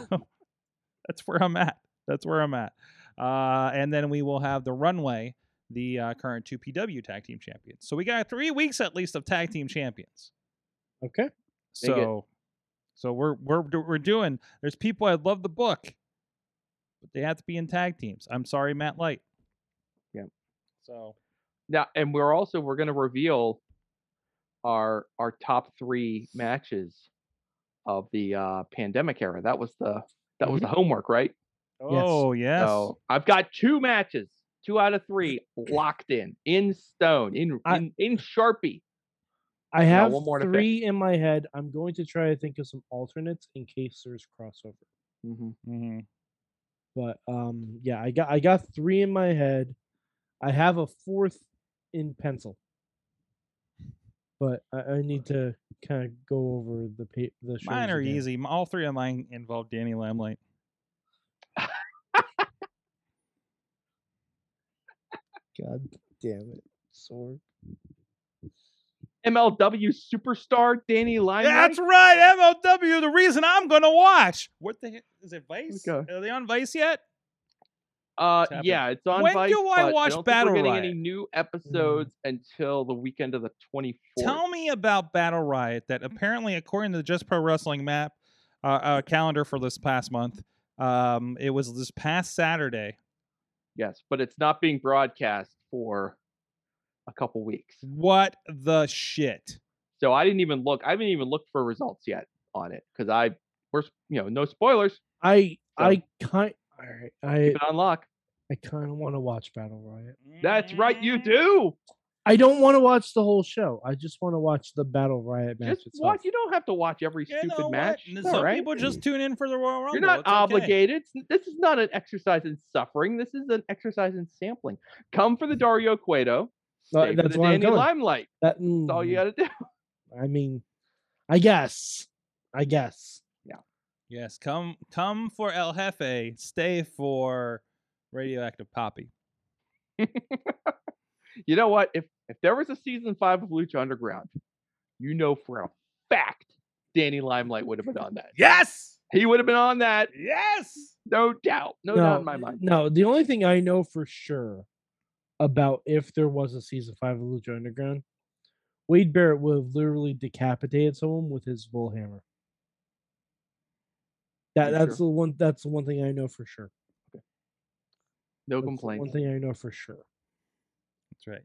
that's where I'm at. That's where I'm at. Uh, and then we will have the runway, the uh, current two PW tag team champions. So we got three weeks at least of tag team champions.
okay.
Dig it.
So, so we're we're do- we're doing. There's people I love the book, but they have to be in tag teams. I'm sorry, Matt Light.
Yep.
So
Now, and we're also we're going to reveal our our top three matches of the uh, pandemic era. That was the that was the homework, right?
oh Mm-hmm. yes,
So I've got two matches, two out of three locked in, in stone, in
I-
in, in sharpie.
I have
one more to pick.
three in my head. I'm going to try to think of some alternates in case there's crossover.
Mhm.
But um, yeah, I got I got three in my head. I have a fourth in pencil, but I, I need to kind of go over the pa- the. shows
mine are
again.
easy. M- All three of mine involve Danny Lamlight.
God damn it, sword.
MLW superstar Danny Limelight.
That's right, MLW. The reason I'm gonna watch. What the heck is it? Vice?
Okay.
Are they on Vice yet?
Uh,
happening.
yeah, it's on.
When
Vice,
do I
but
watch
I don't
Battle
think we're getting
Riot? Mm-hmm.
any new episodes until the weekend of the twenty fourth.
Tell me about Battle Riot.
Mm.
That apparently, according to the Just Pro Wrestling map uh, uh, calendar for this past month, um, it was this past Saturday.
Yes, but it's not being broadcast for a couple weeks.
What the shit?
So I didn't even look. I haven't even looked for results yet on it because I, we're, s- you know, no spoilers.
I
So-
I kind all right. I
Keep it on lock.
I kind of want to watch Battle Riot.
That's right, you
Mm-hmm.
do.
I don't want to watch the whole show. I just want to watch the Battle Riot match
Just
itself.
watch. You don't have to watch every
You
stupid
know what?
match.
N-
It's
Some
all right.
people just tune in for the Royal Rumble.
You're not
It's okay.
obligated. It's- This is not an exercise in suffering. This is an exercise in sampling. Come for the Dario Cueto.
Uh,
stay for
that's
the
why I'm
Danny
going.
Limelight.
That,
That's all you
mm,
got to do.
I mean, I guess. I guess.
Yes, come come for El Jefe, stay for Radioactive Poppy.
You know what? If if there was a season five of Lucha Underground, you know for a fact Danny Limelight would have been on that.
Yes,
He would have been on that,
yes.
no doubt. No, doubt in my mind.
No, the only thing I know for sure about if there was a season five of Lucha Underground, Wade Barrett would have literally decapitated someone with his bull hammer. That
Pretty
that's
sure.
the one that's the one thing I know for sure.
No
That's the One
complaints.
thing I know for sure.
That's right.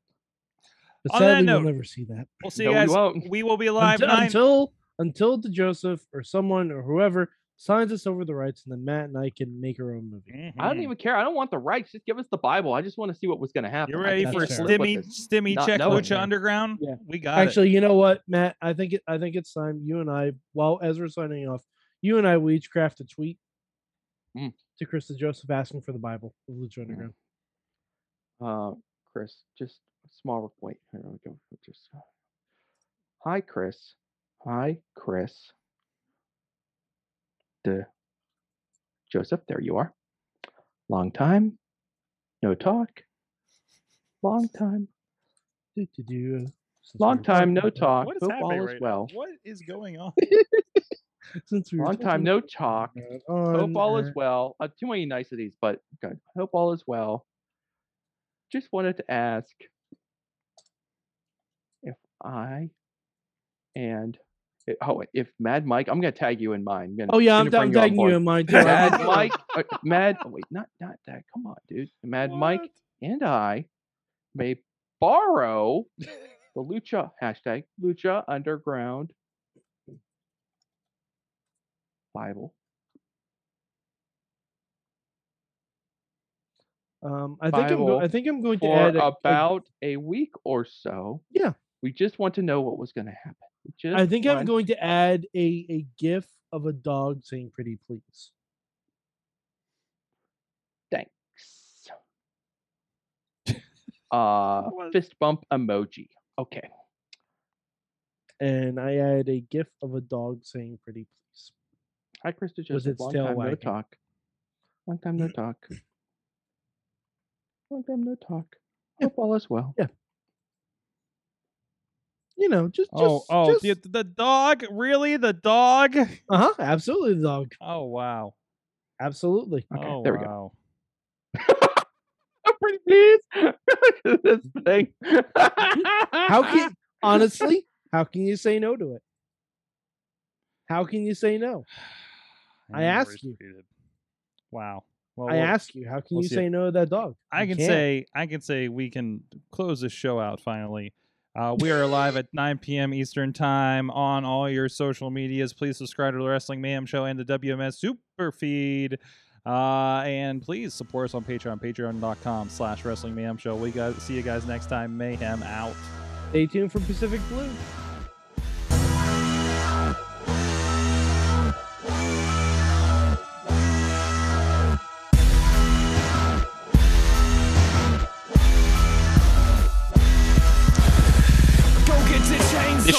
But
On that
sadly,
note-
we'll never see that.
We'll see
No,
you
we
guys.
won't.
We will be live
until,
nine.
until until the Joseph or someone or whoever signs us over the rights, and then Matt and I can make our own movie.
I don't
Mhm.
even care. I don't want the rights. Just give us the Bible. I just want to see what was going to happen.
You're
I
ready
can't
for
That's
live
fair.
with
Stimmy
this.
Stimmy
Not
Check
knowing.
Lucha Underground?
Yeah.
We got it.
Actually, you know what, Matt? I think it, I think it's time you and I, while as we're signing off, you and I we each craft a tweet
Hmm.
Mm.
to Krista Joseph asking for the Bible of Lucha Underground.
Uh, Chris, just a small wait. Here we go. We'll Just hi, Chris. Hi, Chris. The Joseph, there you are. Long time, no talk. Long time,
Do-do-do, uh, since we
long
were
time, no
talking-
talk.
what is
Hope
happening
all
right
is well.
now? What is going on?
Since we were
Long time,
talking
no
about Lucha
talk.
Underground
Hope
on
all is
air-
well. Uh, too many niceties, but good. Hope all is well. Just wanted to ask if I and i- oh, wait, if Mad Mike, I'm gonna tag you in mine. I'm gonna-
Oh yeah, I'm,
gonna bring
I'm
you on
tagging you,
board.
in mine too.
Mad
I'm-
Mad Mike, uh, Mad. Oh, wait, not not that. Come on, dude. Mad Mike and I may borrow the Lucha hashtag Lucha Underground Bible.
Um, I think I'm go- I
Bible
think I'm going to
for
add a- a-
about a week or so.
Yeah.
We just want to know what was going to happen. We Just
I think I'm
want-
going to add a a gif of a dog saying "pretty please."
Thanks. uh,
What?
fist bump emoji. Okay.
and I had a gif of a dog saying "pretty please."
Hi, Krista Joseph.
its
Long
tail
time no
wagging.
talk. Long time no talk. Long time no talk.
Yeah.
Hope all is well.
You know, just
Oh,
just
oh,
just,
the, the dog? Really? The dog?
uh huh, absolutely, the dog,
Oh, wow.
absolutely.
Okay,
oh,
there we go.
wow.
I'm pretty pleased with this thing.
How can honestly? How can you say no to it? How can you say no? I
never
asked you.
retweeted. Wow. Well,
I
we'll-
ask you, how can
Oh, we'll
you
see.
say no to that dog?
I
You
can
can't.
say I can say we can close this show out finally. Uh, we are live at 9 p.m. Eastern Time on all your social medias. Please subscribe to the Wrestling Mayhem Show and the WMS Superfeed. Uh, and please support us on Patreon, patreon.com slash Wrestling Mayhem Show. We guys see you guys next time. Mayhem out.
Stay tuned for Pacific Blue.
This